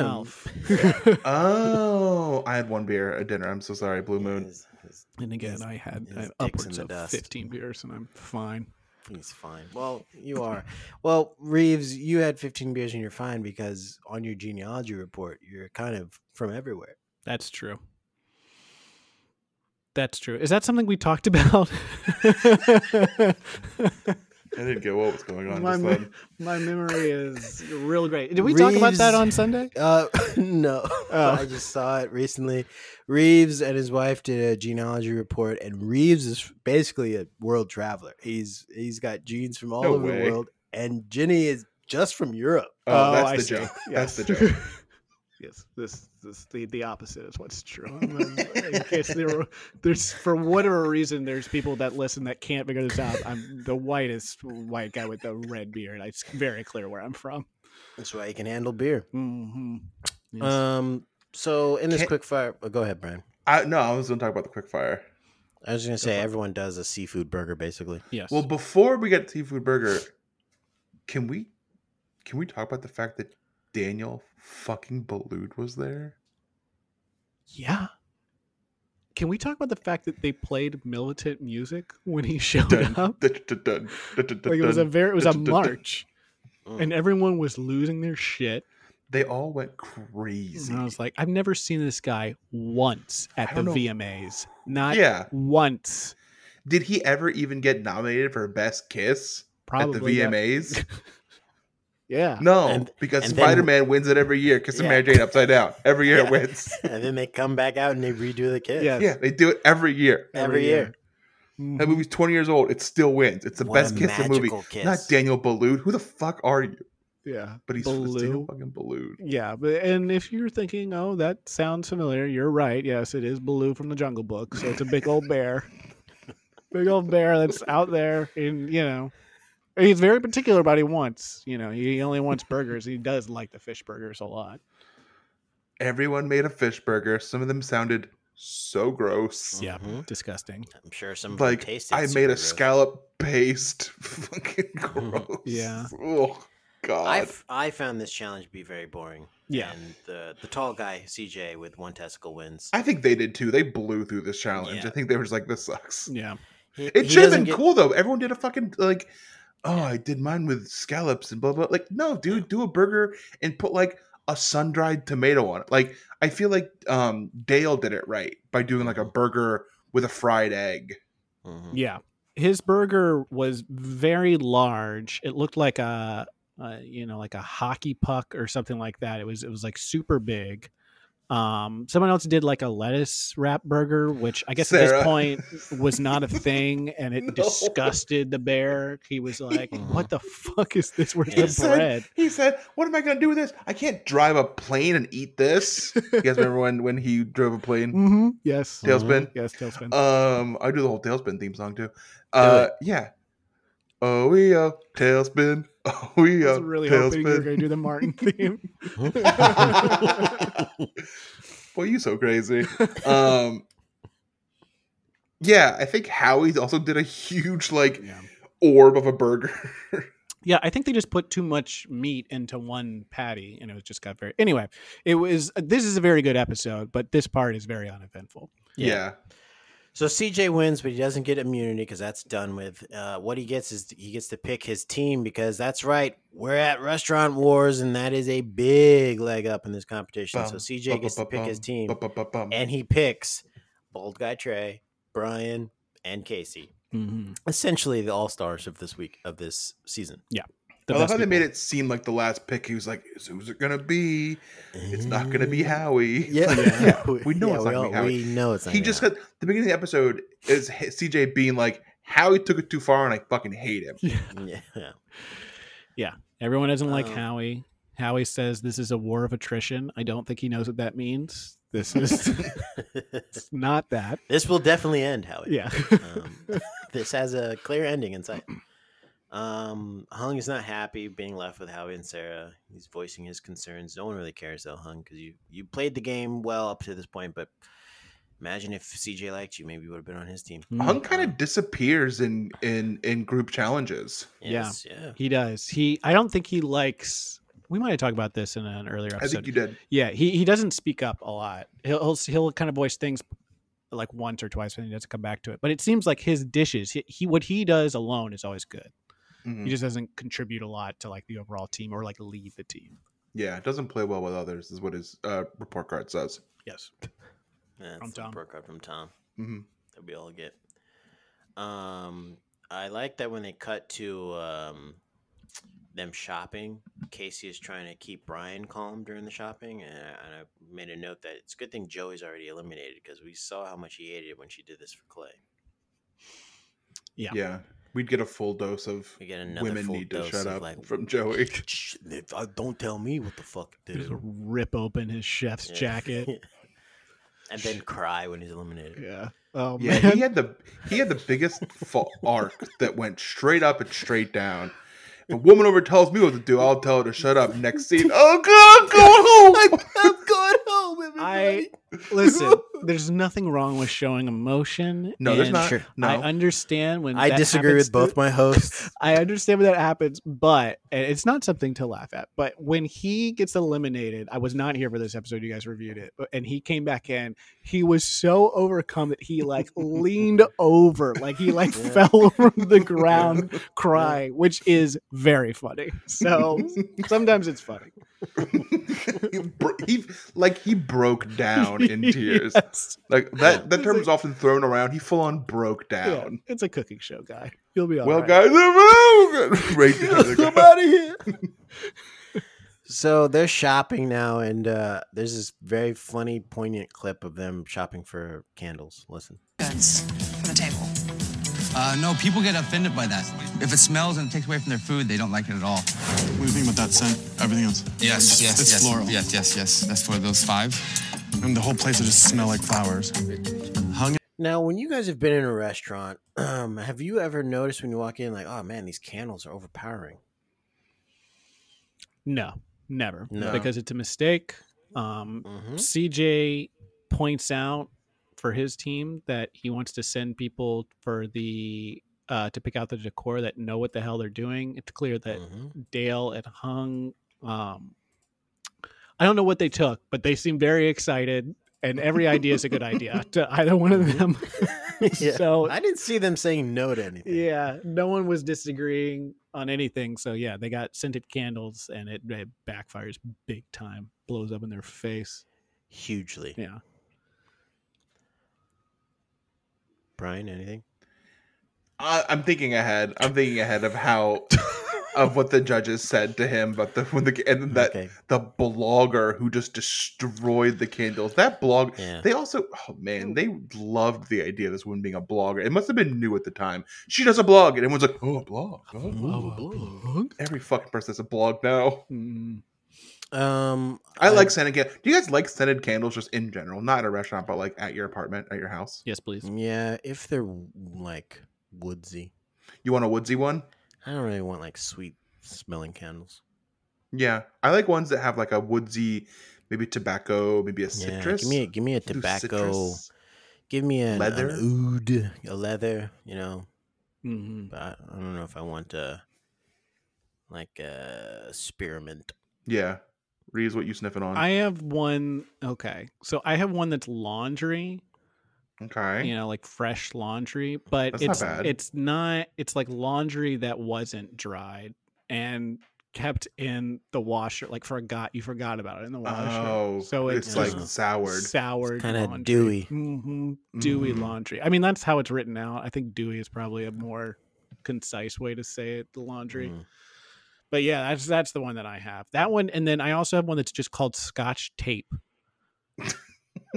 himself. Oh, I had one beer at dinner. I'm so sorry, Blue Moon. He's- he's- And again, His- I had his I had dick's in upwards the of dust. 15 beers, and I'm fine. He's fine. Well, you are. Well, Reeves, you had 15 beers and you're fine because on your genealogy report, you're kind of from everywhere. That's true. That's true. Is that something we talked about? I didn't get what was going on. my, just me- then. my memory is real great. Did we talk about that Reeves. on Sunday? Uh, no, Oh. I just saw it recently. Reeves and his wife did a genealogy report, and Reeves is basically a world traveler. He's he's got genes from all No over way. the world, and Ginny is just from Europe. Oh, that's I the see. joke. That's Yes. the joke. Yes, this this the, the opposite is what's true. Um, In case there were, there's for whatever reason there's people that listen that can't figure this out. I'm the whitest white guy with the red beard. It's very clear where I'm from. That's why you can handle beer. Mm-hmm. Yes. Um. So in this Can- quick fire, oh, go ahead, Brian. I, no, I was going to talk about the quick fire. I was gonna say everyone does a seafood burger, basically. yes. Well, before we get to seafood burger, can we can we talk about the fact that Daniel fucking Balud was there? yeah. Can we talk about the fact that they played militant music when he showed Dun, up? dun, dun, dun, dun, dun, Like it was a dun. very it was a dun, Uh. dun, dun. march, Mm. and everyone was losing their shit. They all went crazy. And I was like, I've never seen this guy once I at the don't know. VMAs. Not yeah. once. Did he ever even get nominated for Best Kiss Probably at not. the VMAs? Yeah. No, And- because and then- Spider Man wins it every year. Kiss and Yeah. Mary Jane upside down. Every year Yeah. it wins. and then they come back out and they redo the kiss. Yes. Yeah, they do it every year. Every year. That Mm-hmm. movie's 20 years old. It still wins. It's the What a best kiss in the movie. magical kiss. Not Daniel Balud. Who the fuck are you? Yeah. But he's it's Daniel blue. fucking Balud. Yeah, but and if you're thinking, oh, that sounds familiar, you're right. Yes, it is Baloo from the Jungle Book. So it's a big old bear, big old bear that's out there, and you know, he's very particular about what he wants. You know, he only wants burgers. He does like the fish burgers a lot. Everyone made a fish burger. Some of them sounded so gross. Yeah, Mhm. disgusting. I'm sure some of them Like tasted. I super made a gross. scallop paste. fucking gross. Yeah. Oh God. I, f- I found this challenge to be very boring. Yeah. And the the tall guy CJ with one testicle wins. I think they did too. They blew through this challenge. Yeah. I think they were just like, "This sucks." Yeah, He- he It should have doesn't been get- cool though. Everyone did a fucking like, "Oh, I did mine with scallops and blah blah." Like, no, dude, do a burger and put like a sun dried tomato on it. Like, I feel like um Dale did it right by doing like a Oh. burger with a fried egg. Mhm. yeah. His burger was very large. It looked like a, uh, you know, like a hockey puck or something like that. It was it was like super big. Um, someone else did like a lettuce wrap burger, which I guess at Sarah. this point was not a thing, and it No. disgusted the bear. He was like, Mhm. "What the fuck is this? Where's He the said- bread?" He said, "What am I going to do with this? I can't drive a plane and eat this." you guys remember when when he drove a plane? hmm Yes, Yep. Tailspin. yes, tailspin. Um, I do the whole Tailspin theme song too. Uh, yeah. Oh, we oh, Tailspin. Oh, we I oh, was really hoping you were Tailspin. going to do the Martin theme. Mm-hmm. Boy, you so crazy. Um, yeah, I think Howie also did a huge like Yeah. orb of a burger. Yeah, I think they just put too much meat into one patty, and it was just got very. Anyway, it was. This is a very good episode, but this part is very uneventful. Yeah. yeah. So CJ wins, but he doesn't get immunity because that's done with. Uh, what he gets is he gets to pick his team because that's right. We're at Restaurant Wars, and that is a big leg up in this competition. so Bum, CJ gets to pick his team, Ba-ba-ba-bum. and he picks Bold Guy Trey, Brian, and Casey. Mm-hmm. Essentially, the all stars of this week of this season. The I love best how they people. made it seem like the last pick. He was like, "Who's it gonna be? It's not gonna be Howie." Mm. Yeah, Like, yeah, we know it's not we, gonna all, be Howie. we know it's not. he gonna just be had the beginning of the episode is h- CJ being like, "Howie took it too far, and I fucking hate him." Yeah. Howie. yeah. Everyone doesn't like Oh. Um, Howie. Howie says this is a war of attrition. I don't think he knows what that means. This is it's not that. this will definitely end, Howie. Yeah. Um, this has a clear ending in sight. Um, Hung is not happy being left with Howie and Sarah. He's voicing his concerns. No one really cares though, Hung, because you you played the game well up to this point. But imagine if CJ liked you, maybe you would have been on his team. Mm. Hung kind of disappears in in in group challenges. Yeah. Yes, yeah. He does. He. I don't think he likes. We might have talked about this in an earlier episode. I think you did. Yeah, he, he doesn't speak up a lot. He'll, he'll he'll kind of voice things like once or twice, and he doesn't come back to it. But it seems like his dishes, he, he what he does alone is always good. Mhm. He just doesn't contribute a lot to like the overall team or like lead the team. Yeah, it doesn't play well with others, is what his uh, report card says. Yes. Yeah, From it's a Tom. report card from Tom. Mhm. that we all get. Um, I like that when they cut to um, them shopping, Casey is trying to keep Brian calm during the shopping, and I, and I made a note that it's a good thing Joey's already eliminated because we saw how much he hated it when she did this for Clay. Yeah. Yeah, We'd get a full dose of We get another women full need to dose shut of up like from Joey. Shh, if- uh, don't tell me what the fuck to Just do. rip open his chef's Yeah. jacket. and then cry when he's eliminated. Yeah. Oh Yeah, man. he had the he had the biggest fa- arc that went straight up and straight down. If a woman over tells me what to do, I'll tell her to shut up. Next scene, oh god, go home. I'm going home. I listen. There's nothing wrong with showing emotion. no, there's and not. Sure. No, I understand when I that disagree happens with both to- my hosts. I understand when that happens, but and it's not something to laugh at. But when he gets eliminated, I was not here for this episode. You guys reviewed it, but and he came back in. He was so overcome that he like leaned over, like he like Yeah. fell from the ground, crying, which is very funny. So sometimes it's funny. he, bro- he like he broke down in tears. Yes. Like that that It's term like- is often thrown around. He full on broke Yeah, down. it's a cooking show, guy. You'll be all Well, right. guys, I'm out. right there, the guy. out of here. So they're shopping now, and uh, there's this very funny, poignant clip of them shopping for candles. Listen. goods from the table. Uh, no, people get offended by that. If it smells and it takes away from their food, they don't like it at all. What do you think about that scent? Everything else? Yes, it's, yes, it's yes, floral. yes, yes, yes. That's for those five. And the whole place will just smell like flowers. Hung Now, when you guys have been in a restaurant, um, have you ever noticed when you walk in, like, oh man, these candles are overpowering? No, never. No. Because it's a mistake. Um, Mm-hmm. CJ points out for his team that he wants to send people for the uh, to pick out the decor that know what the hell they're doing. It's clear Hmm. that Mm-hmm. Dale and Hung, um, I don't know what they took, but they seem very excited, and every idea is a good idea to either one of them. Mm-hmm. yeah. So- I didn't see them saying no to anything. yeah, no one was disagreeing on anything. So yeah, they got scented candles, and it, it backfires big time, blows up in their face. Hugely. Yeah. Brian, anything? I, I'm thinking ahead. I'm thinking ahead of how of what the judges said to him about the when the and that Okay. the blogger who just destroyed the candles. That blog. Yeah. They also, oh man, they loved the idea of this woman being a blogger. It must have been new at the time. She does a blog, and everyone's like, "Oh, a blog." oh, oh, a blog." Every fucking person has a blog now. Mm, Um, I like scented candles. Do you guys like scented candles just in general, not at a restaurant, but like at your apartment, at your house? yes, please. Yeah, if they're like woodsy, You want a woodsy one? I don't really want like sweet smelling candles. Yeah, I like ones that have like a woodsy, maybe tobacco, maybe a Yeah, citrus. give me a, give me a Do tobacco. citrus. Give me an, leather, Leather? an oud, a leather. You know, hmm but I, I don't know if I want a like a spearmint. Yeah, Reeves, what you sniffing on? I have one. Okay, so I have one that's laundry. okay, You know, like fresh laundry, but That's not it's bad. it's not. It's like laundry that wasn't dried and kept in the washer. Like forgot you forgot about it in the washer. oh, so it's, like just just soured. Uh-huh. soured, kinda laundry. dewy. Mhm, dewy Mm. laundry. I mean, that's how it's written out. I think dewy is probably a more concise way to say it. The laundry. Mm. But yeah, that's that's the one that I have. That one, and then I also have one that's just called Scotch tape.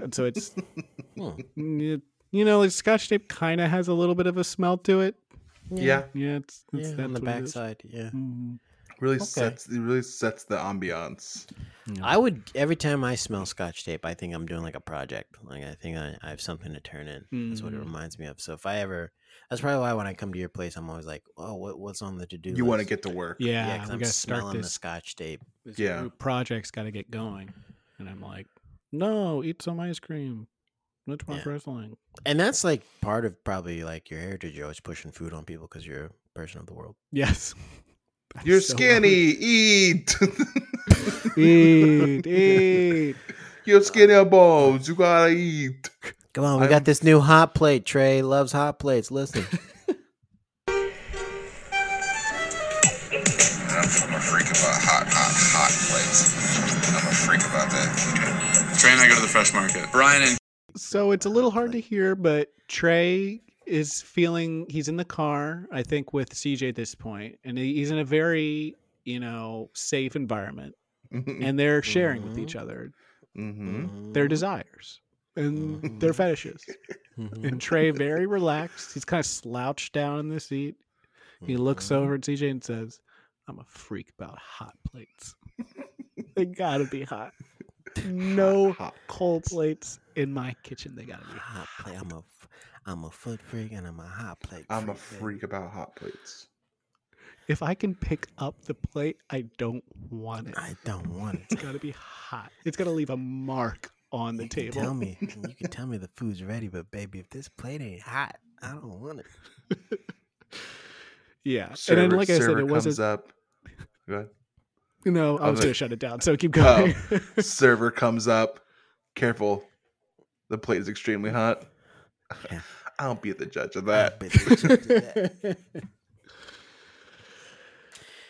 and so it's Hmm. you you know, like Scotch tape kind of has a little bit of a smell to it. yeah, Yeah, it's, it's yeah, on the that's what it is. backside. Yeah, Mhm. really Okay. sets it really sets the ambiance. I would every time I smell Scotch tape, I think I'm doing like a project. Like I think I, I have something to turn in. That's what it Mhm. reminds me of. So if I ever, that's probably why when I come to your place, I'm always like, oh, what, what's on the to do? You want to get to work. Yeah, yeah, 'cause we I'm gotta start smelling the this. Scotch tape. this Yeah. group project's got to get going, and I'm like, no, eat some ice cream. Let's watch Yeah. wrestling. And that's like part of probably like your heritage. You're always pushing food on people because you're a person of the world. Yes, That's You're so skinny. weird. Eat. Eat, eat. You're skinny bones. You gotta eat. Come on, we I'm- got this new hot plate. Trey loves hot plates. Listen, I'm, I'm a freak about hot, hot, hot plates. I'm a freak about that. Trey and I go to the fresh market. Brian and So it's a little hard to hear, but Trey is feeling he's in the car, I think, with CJ at this point, and he- he's in a very, you know, safe environment. And they're sharing with each other hmm Mm-hmm. their desires and Mm-hmm. their fetishes. And Trey very relaxed. He's kind of slouched down in the seat. He looks over at CJ and says, I'm a freak about hot plates. they gotta be hot. No Hot cold plates in my kitchen. They gotta be hot. Hot plate. I'm a, f- I'm a foot freak and I'm a hot plate. I'm a baby. freak about hot plates. If I can pick up the plate, I don't want it. I don't want it. It's gotta be hot. It's gotta leave a mark on the You can Tell table. me, you can tell me the food's ready, but baby, if this plate ain't hot, I don't want it. Yeah. Server, and then like I said, server it wasn't comes up. Go ahead. no, I I'm like- was oh. gonna shut it down, so keep going. server comes up. Careful, the plate is extremely hot. Yeah. I'll be the judge of I that. bet you can't do that.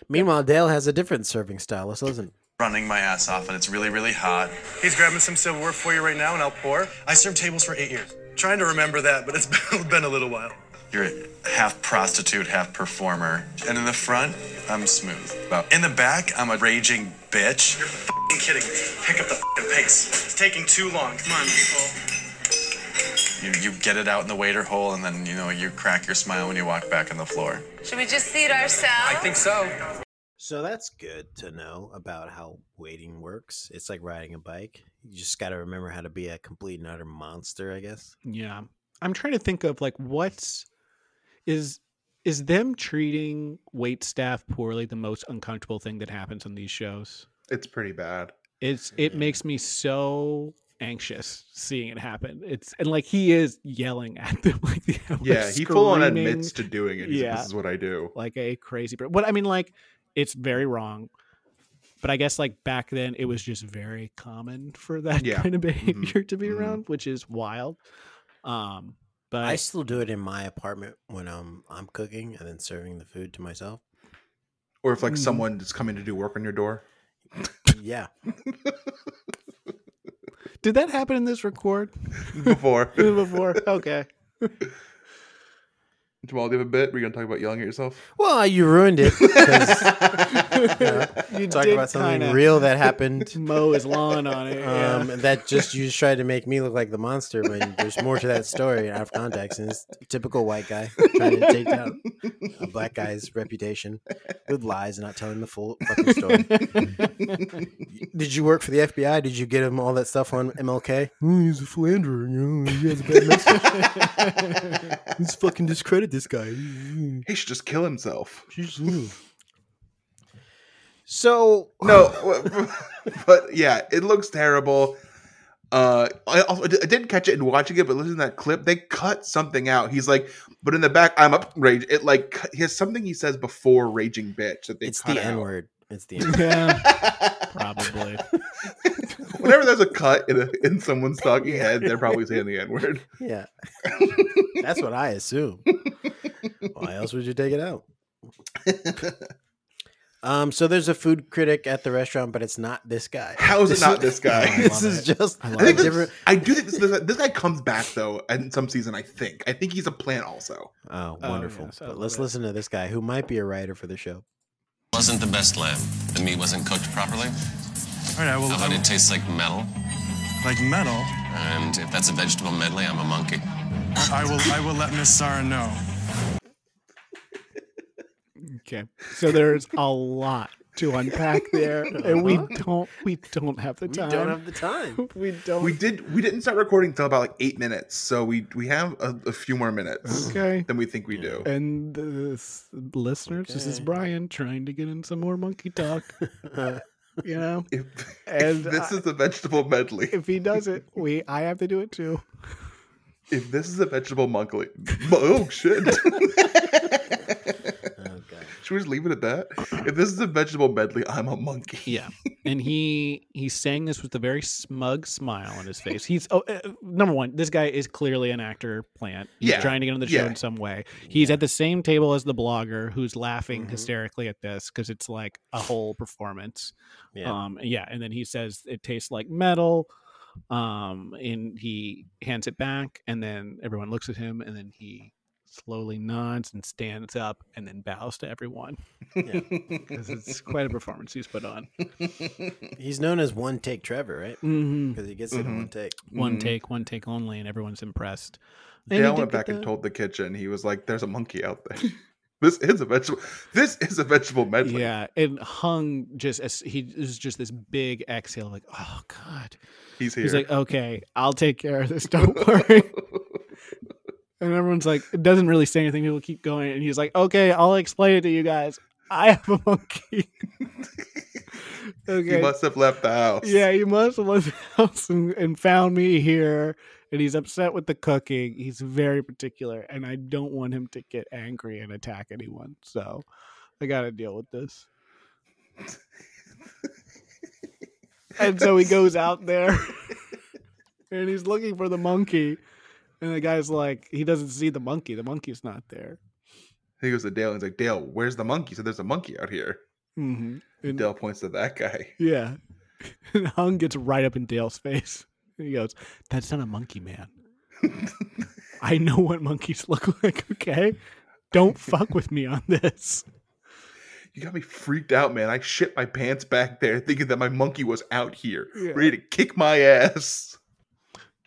Meanwhile, Dale has a different serving style. Let's listen. running my ass off and it's really, really hot. He's grabbing some silverware for you right now, and I'll pour. I served tables for eight years. Trying to remember that, but it's been, been a little while. You're half prostitute, half performer. And in the front, I'm smooth. But in the back, I'm a raging bitch. You're f***ing kidding me. Pick up the f***ing pace. It's taking too long. Come on, people. You, you get it out in the waiter hole and then, you know, you crack your smile when you walk back on the floor. Should we just seat ourselves? so. So that's good to know about how waiting works. It's like riding a bike. You just got to remember how to be a complete and utter monster, I guess. Yeah. I'm trying to think of like what's is is them treating wait staff poorly the most uncomfortable thing that happens on these shows? It's pretty bad. It's it Yeah. makes me so anxious seeing it happen. It's and like he is yelling at them like the Yeah, he full on screaming admits to doing it. He's like, Yeah. this is what I do. like a crazy person. What I mean like it's very wrong. But I guess like back then it was just very common for that Yeah. kind of Mm-hmm. behavior to be Mhm. around, which is wild. Um but I still do it in my apartment when um, I'm cooking and then serving the food to myself. Or if like someone is coming to do work on your door. Yeah. did that happen in this record? Before before. Okay. Jamal, do you have a bit? We're gonna talk about yelling at yourself. Well, you ruined it. 'cause You Talk about something real that happened. Mow his lawn on it. yeah. Um, that just you just tried to make me look like the monster when there's more to that story out of context, and it's typical white guy trying to take down a black guy's reputation with lies and not telling the full fucking story. Did you work for the FBI? Did you get him all that stuff on MLK? Mm, he's a philanderer. You know, he has a bad message. Let's fucking discredit this guy. He should just kill himself. So no but yeah it looks terrible uh I, also, I didn't catch it in watching it but listening to that clip they cut something out he's like but in the back i'm up rage it like cu- he has something he says before raging bitch that they it's cut the out. N word. It's the N-word. Yeah, probably. whenever there's a cut in, a, in someone's talking head they're probably saying the n-word Yeah. That's what I assume. Why else would you take it out? um, so there's a food critic at the restaurant, but it's not this guy. How is it not this guy? I this love is just a I, think different. this, I do think this, this, this guy comes back though in some season i think i think he's a plant also Oh, Oh, wonderful. yes, I but love let's it. listen to this guy who might be a writer for the show. Wasn't the best lamb. The meat wasn't cooked properly. All right, I will. I will- tastes like metal. like metal. And if that's a vegetable medley, I'm a monkey. I will. I will let Miss Sarah know. Okay. So there's a lot to unpack there, and we Uh-huh. don't we don't have the time. We don't have the time. We don't. we did we didn't start recording until about like eight minutes so we we have a, a few more minutes okay. than we think we do And this, listeners, this is Brian trying to get in some more monkey talk. you know, If, And if this I- is a vegetable medley, if, if he does it, we I have to do it too. this is a vegetable monkley, oh shit! Oh, Should we just leave it at that? If this is a vegetable medley, I'm a monkey. Yeah, and he he's saying this with a very smug smile on his face. He's oh, uh, number one. This guy is clearly an actor plant. He's Yeah. trying to get on the show Yeah. in some way. He's at the same table as the blogger who's laughing hysterically at this because it's like a whole performance. Yeah. Um, yeah, and then he says it tastes like metal. Um, and he hands it back, and then everyone looks at him, and then he slowly nods and stands up, and then bows to everyone because it's quite a performance he's put on. He's known as One Take Trevor, right? Mm-hmm. Because he gets it in one take. one take, one take only, Mm-hmm. and everyone's impressed. And he Dale did went get back and that. told the kitchen. He was like, "There's a monkey out there." This is a vegetable. This is a vegetable medley. Yeah, and hung just as he is just this big exhale, like, oh god. He's here. He's like, "Oh, okay, I'll take care of this. Don't worry. and everyone's like, it doesn't really say anything. People keep going, and he's like, okay, I'll explain it to you guys. I have a monkey. He must have left the house. Yeah, he must have left the house and, and found me here. And he's upset with the cooking. He's very particular, and I don't want him to get angry and attack anyone. So I got to deal with this. and so he goes out there, and he's looking for the monkey. And the guy's like, he doesn't see the monkey. The monkey's not there. He goes to Dale and he's like, Dale, where's the monkey? So there's a monkey out here. hmm And Dale points to that guy. Yeah. And Hung gets right up in Dale's face. And he goes, That's not a monkey, man. I know what monkeys look like, okay? Don't fuck with me on this. You got me freaked out, man. I shit my pants back there thinking that my monkey was out here, Yeah. ready to kick my ass.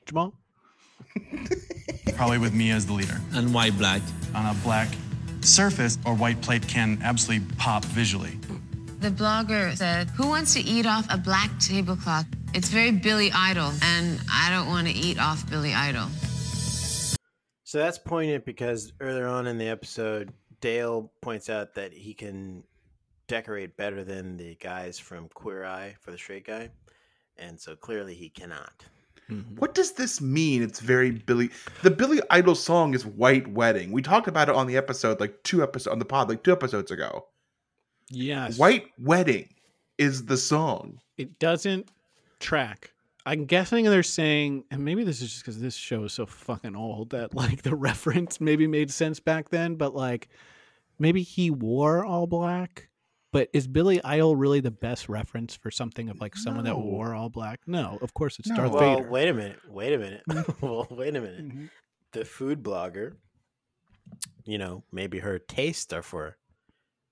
Jamal? Probably with me as the leader. And why black? On a black surface or white plate can absolutely pop visually. The blogger said, Who wants to eat off a black tablecloth? It's very Billy Idol, and I don't want to eat off Billy Idol. So that's poignant because earlier on in the episode, Dale points out that he can decorate better than the guys from Queer Eye for the straight guy, and so clearly he cannot. What does this mean? It's very Billy. The Billy Idol song is White Wedding. We talked about it on the episode, like two episodes on the pod, like two episodes ago. Yes. White Wedding is the song. It doesn't track. I'm guessing they're saying, and maybe this is just because this show is so fucking old that like the reference maybe made sense back then, but like maybe he wore all black. But is Billy Idol really the best reference for something of like someone that No. wore all black? No, of course it's No. Darth well, Vader. wait a minute. Wait a minute. well, wait a minute. The food blogger, you know, maybe her tastes are for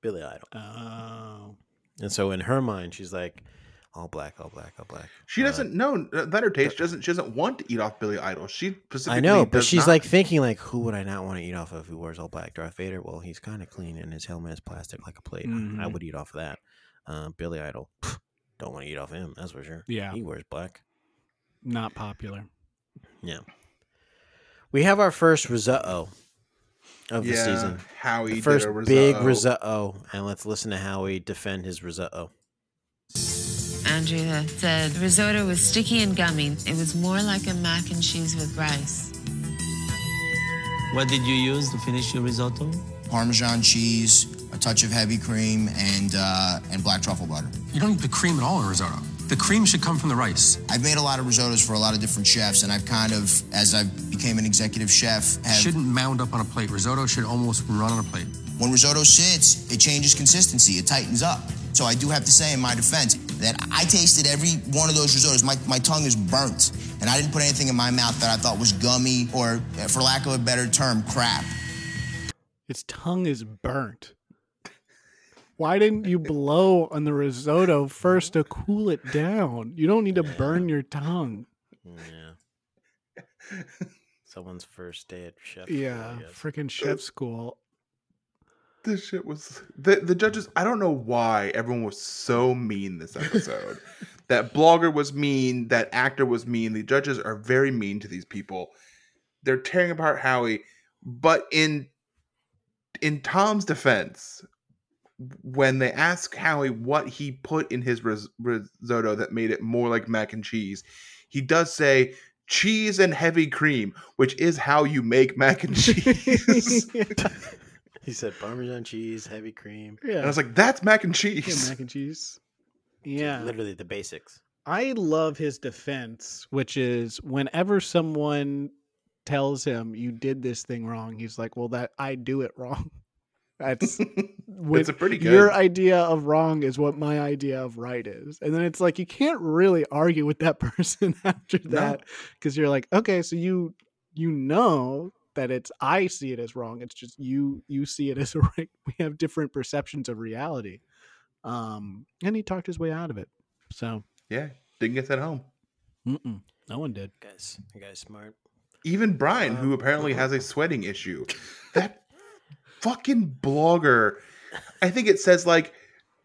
Billy Idol, Oh. and so in her mind, she's like, all black, all black, all black. She Uh, doesn't know that her taste doesn't. She doesn't want to eat off Billy Idol. She I specifically. know, but does she's not. like thinking, like, who would I not want to eat off of? Who wears all black? Darth Vader. Well, he's kind of clean, and his helmet is plastic like a plate. I Mhm. Mm-hmm. would eat off of that. Uh, Billy Idol. pff, Don't want to eat off him. That's for sure. Yeah. he wears black. Not popular. Yeah. We have our first risotto of the yeah, season. Howie The did first a big risotto. risotto, and let's listen to Howie defend his risotto. Andrea said, Risotto was sticky and gummy. It was more like a mac and cheese with rice. What did you use to finish your risotto? Parmesan cheese, a touch of heavy cream, and uh, and black truffle butter. You don't need the cream at all in risotto. The cream should come from the rice. I've made a lot of risottos for a lot of different chefs, and I've kind of, as I became an executive chef, have Shouldn't mound up on a plate. Risotto should almost run on a plate. When risotto sits, it changes consistency, it tightens up. So I do have to say in my defense that I tasted every one of those risottos. My, my tongue is burnt, and I didn't put anything in my mouth that I thought was gummy or, uh, for lack of a better term, crap. Its tongue is burnt. Why didn't you blow on the risotto first to cool it down? You don't need to burn your tongue. Yeah. Someone's first day at chef. school, I Yeah, guess. freaking chef school. This shit was the the judges. I don't know why everyone was so mean this episode. that blogger was mean. That actor was mean. The judges are very mean to these people. They're tearing apart Howie, but in in Tom's defense, when they ask Howie what he put in his ris- risotto that made it more like mac and cheese, he does say cheese and heavy cream, which is how you make mac and cheese. He said Parmesan cheese, heavy cream, And I Yeah, was like, that's mac and yeah, cheese. mac and cheese. Yeah. literally the basics. I love his defense, which is whenever someone tells him you did this thing wrong, he's like, "Well, that I do it wrong." That's when It's a pretty good- Your idea of wrong is what my idea of right is, and then it's like you can't really argue with that person after that because you're like, okay, so you you know that it's I see it as wrong. It's just you you see it as right. We have different perceptions of reality, um, and he talked his way out of it. So Yeah, didn't get that home. Mm-mm. No one did. Guys, you guys smart. Even Brian, who Um, apparently has a sweating issue, that fucking blogger. I think it says like,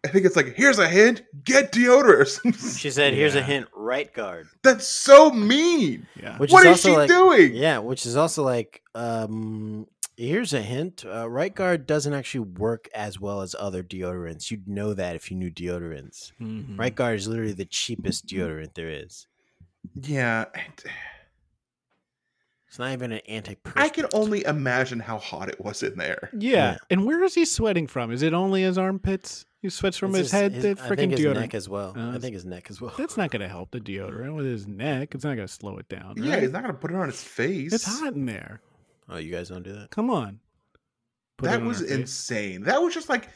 I think it's like, here's a hint, get deodorant. or something. She said, "Here's a hint, right guard." That's so mean. Yeah. What is she doing? Yeah, which is also like, um, here's a hint: uh, right guard doesn't actually work as well as other deodorants. You'd know that if you knew deodorants. Mhm. Right guard is literally the cheapest deodorant there is. Yeah. and It's not even an antiperspirant. I can only imagine how hot it was in there. Yeah. and where is he sweating from? Is it only his armpits? He sweats from It's his, head to I think freaking his deodorant neck as well. Uh, I think his neck as well. That's not going to help the deodorant with his neck. It's not going to slow it down. Yeah, right? he's not gonna put it on his face. It's hot in there. Oh, you guys don't do that. Come on. Put it that on was our face. insane. That was just like,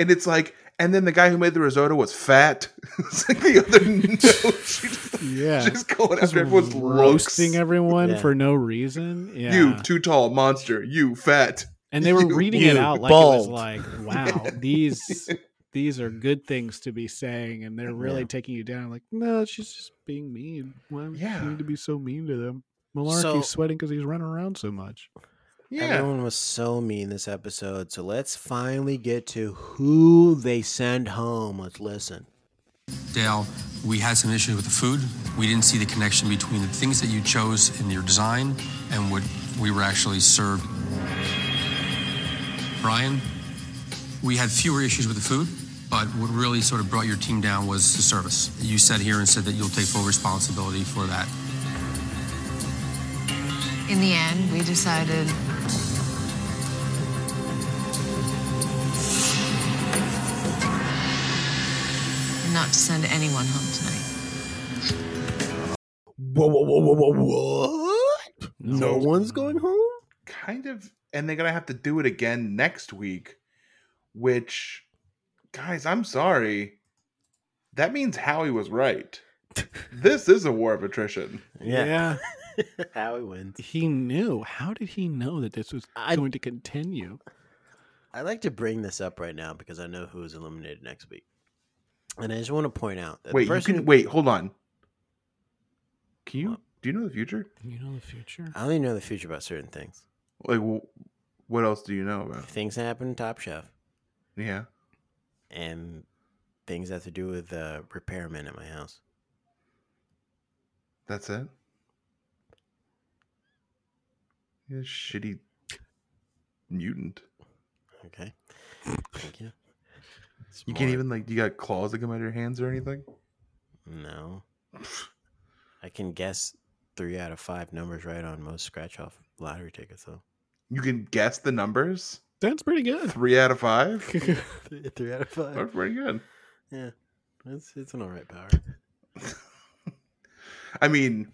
and it's like, and then the guy who made the risotto was fat. it's like the other note. She just, Yeah. she's going Just after everyone's looks. roasting everyone Yeah. for no reason. Yeah. You too tall monster. You fat. and they were you- reading it you out like bald. it was like, wow, these these are good things to be saying, and they're really Yeah. taking you down. Like, no, she's just being mean. Why would Yeah. you need to be so mean to them? Malarkey's So- sweating because he's running around so much. Yeah. Everyone was so mean this episode. So let's finally get to who they send home. Let's listen. Dale, we had some issues with the food. We didn't see the connection between the things that you chose in your design and what we were actually served. Brian, we had fewer issues with the food, but what really sort of brought your team down was the service. You sat here and said that you'll take full responsibility for that. In the end, we decided not to send anyone home tonight. Whoa, whoa, whoa, whoa, whoa, what? No, one's going home? kind of and they're gonna have to do it again next week which guys i'm sorry that means howie was right this is a war of attrition Yeah. Howie wins. He knew. How did he know that this was going to continue? I like to bring this up right now because I know who is eliminated next week. And I just want to point out that wait the you person can who- wait hold on can you do you know the future You know the future. I only know the future about certain things. like wh- what else do you know about Things that happen in Top Chef yeah and things that have to do with uh, repairmen at my house. that's it you shitty mutant Okay. Thank you. It's you can't more- even like you got claws that come out of your hands or anything No. I can guess three out of five numbers right on most scratch off lottery tickets, though. you can guess the numbers That's pretty good. three out of five three, three out of That's five. pretty good. Yeah. It's, it's an all right power. I mean,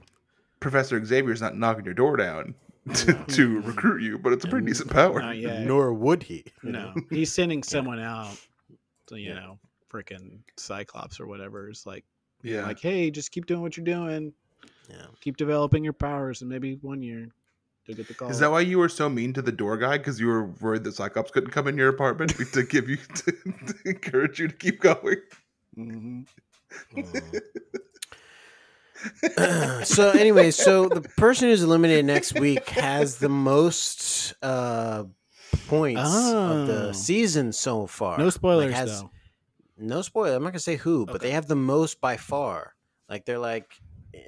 Professor Xavier's not knocking your door down to, to recruit you, but it's a pretty decent power. Not yet. Nor would he. you know? No, he's sending someone out. To, you know, freaking Cyclops or whatever is like, Yeah. like, hey, just keep doing what you're doing. Yeah. Keep developing your powers, and maybe one year you'll get the call. Is that why you were so mean to the door guy? Because you were worried that Cyclops couldn't come in your apartment to give you to, to encourage you to keep going. so anyway, so the person who's eliminated next week has the most uh points of Oh. the season so far. No Like, spoilers has- though. No spoiler. I'm not gonna say who, but they have the most by far. Like they're like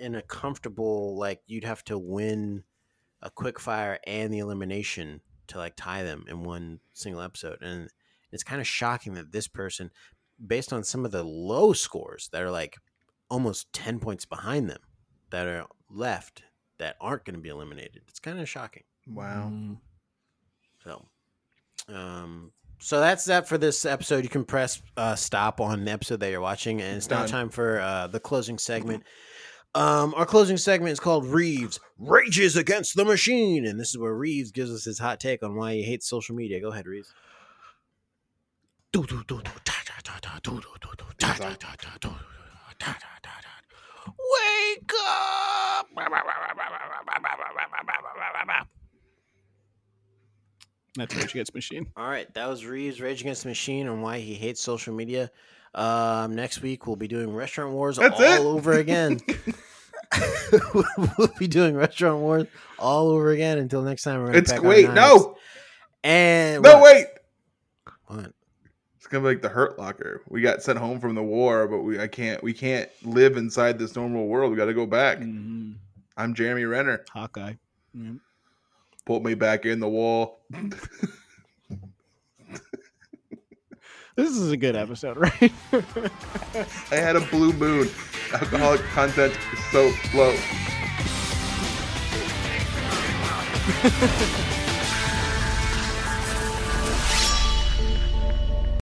in a comfortable like you'd have to win a quick fire and the elimination to like tie them in one single episode. And it's kind of shocking that this person, based on some of the low scores that are like almost ten points behind them, that are left that aren't going to be eliminated. It's kind of shocking. Wow. So, um, so that's that for this episode. You can press uh, stop on the episode that you're watching, and it's now Done. time for uh, the closing segment. Um, our closing segment is called Reeves Rages Against the Machine, and this is where Reeves gives us his hot take on why he hates social media. Go ahead, Reeves. Wake up! That's Rage Against the Machine. All right, that was Reeves Rage Against the Machine on why he hates social media. Um, next week we'll be doing Restaurant Wars That's all it? over again. we'll be doing Restaurant Wars all over again until next time. We're gonna It's pack our wait, knives. no. And No, what? wait. What? It's gonna be like the Hurt Locker. We got sent home from the war, but we I can't we can't live inside this normal world. We got to go back. I'm Jeremy Renner. Hawkeye. Put me back in the wall. This is a good episode, right? I had a blue moon. Alcoholic content is so low.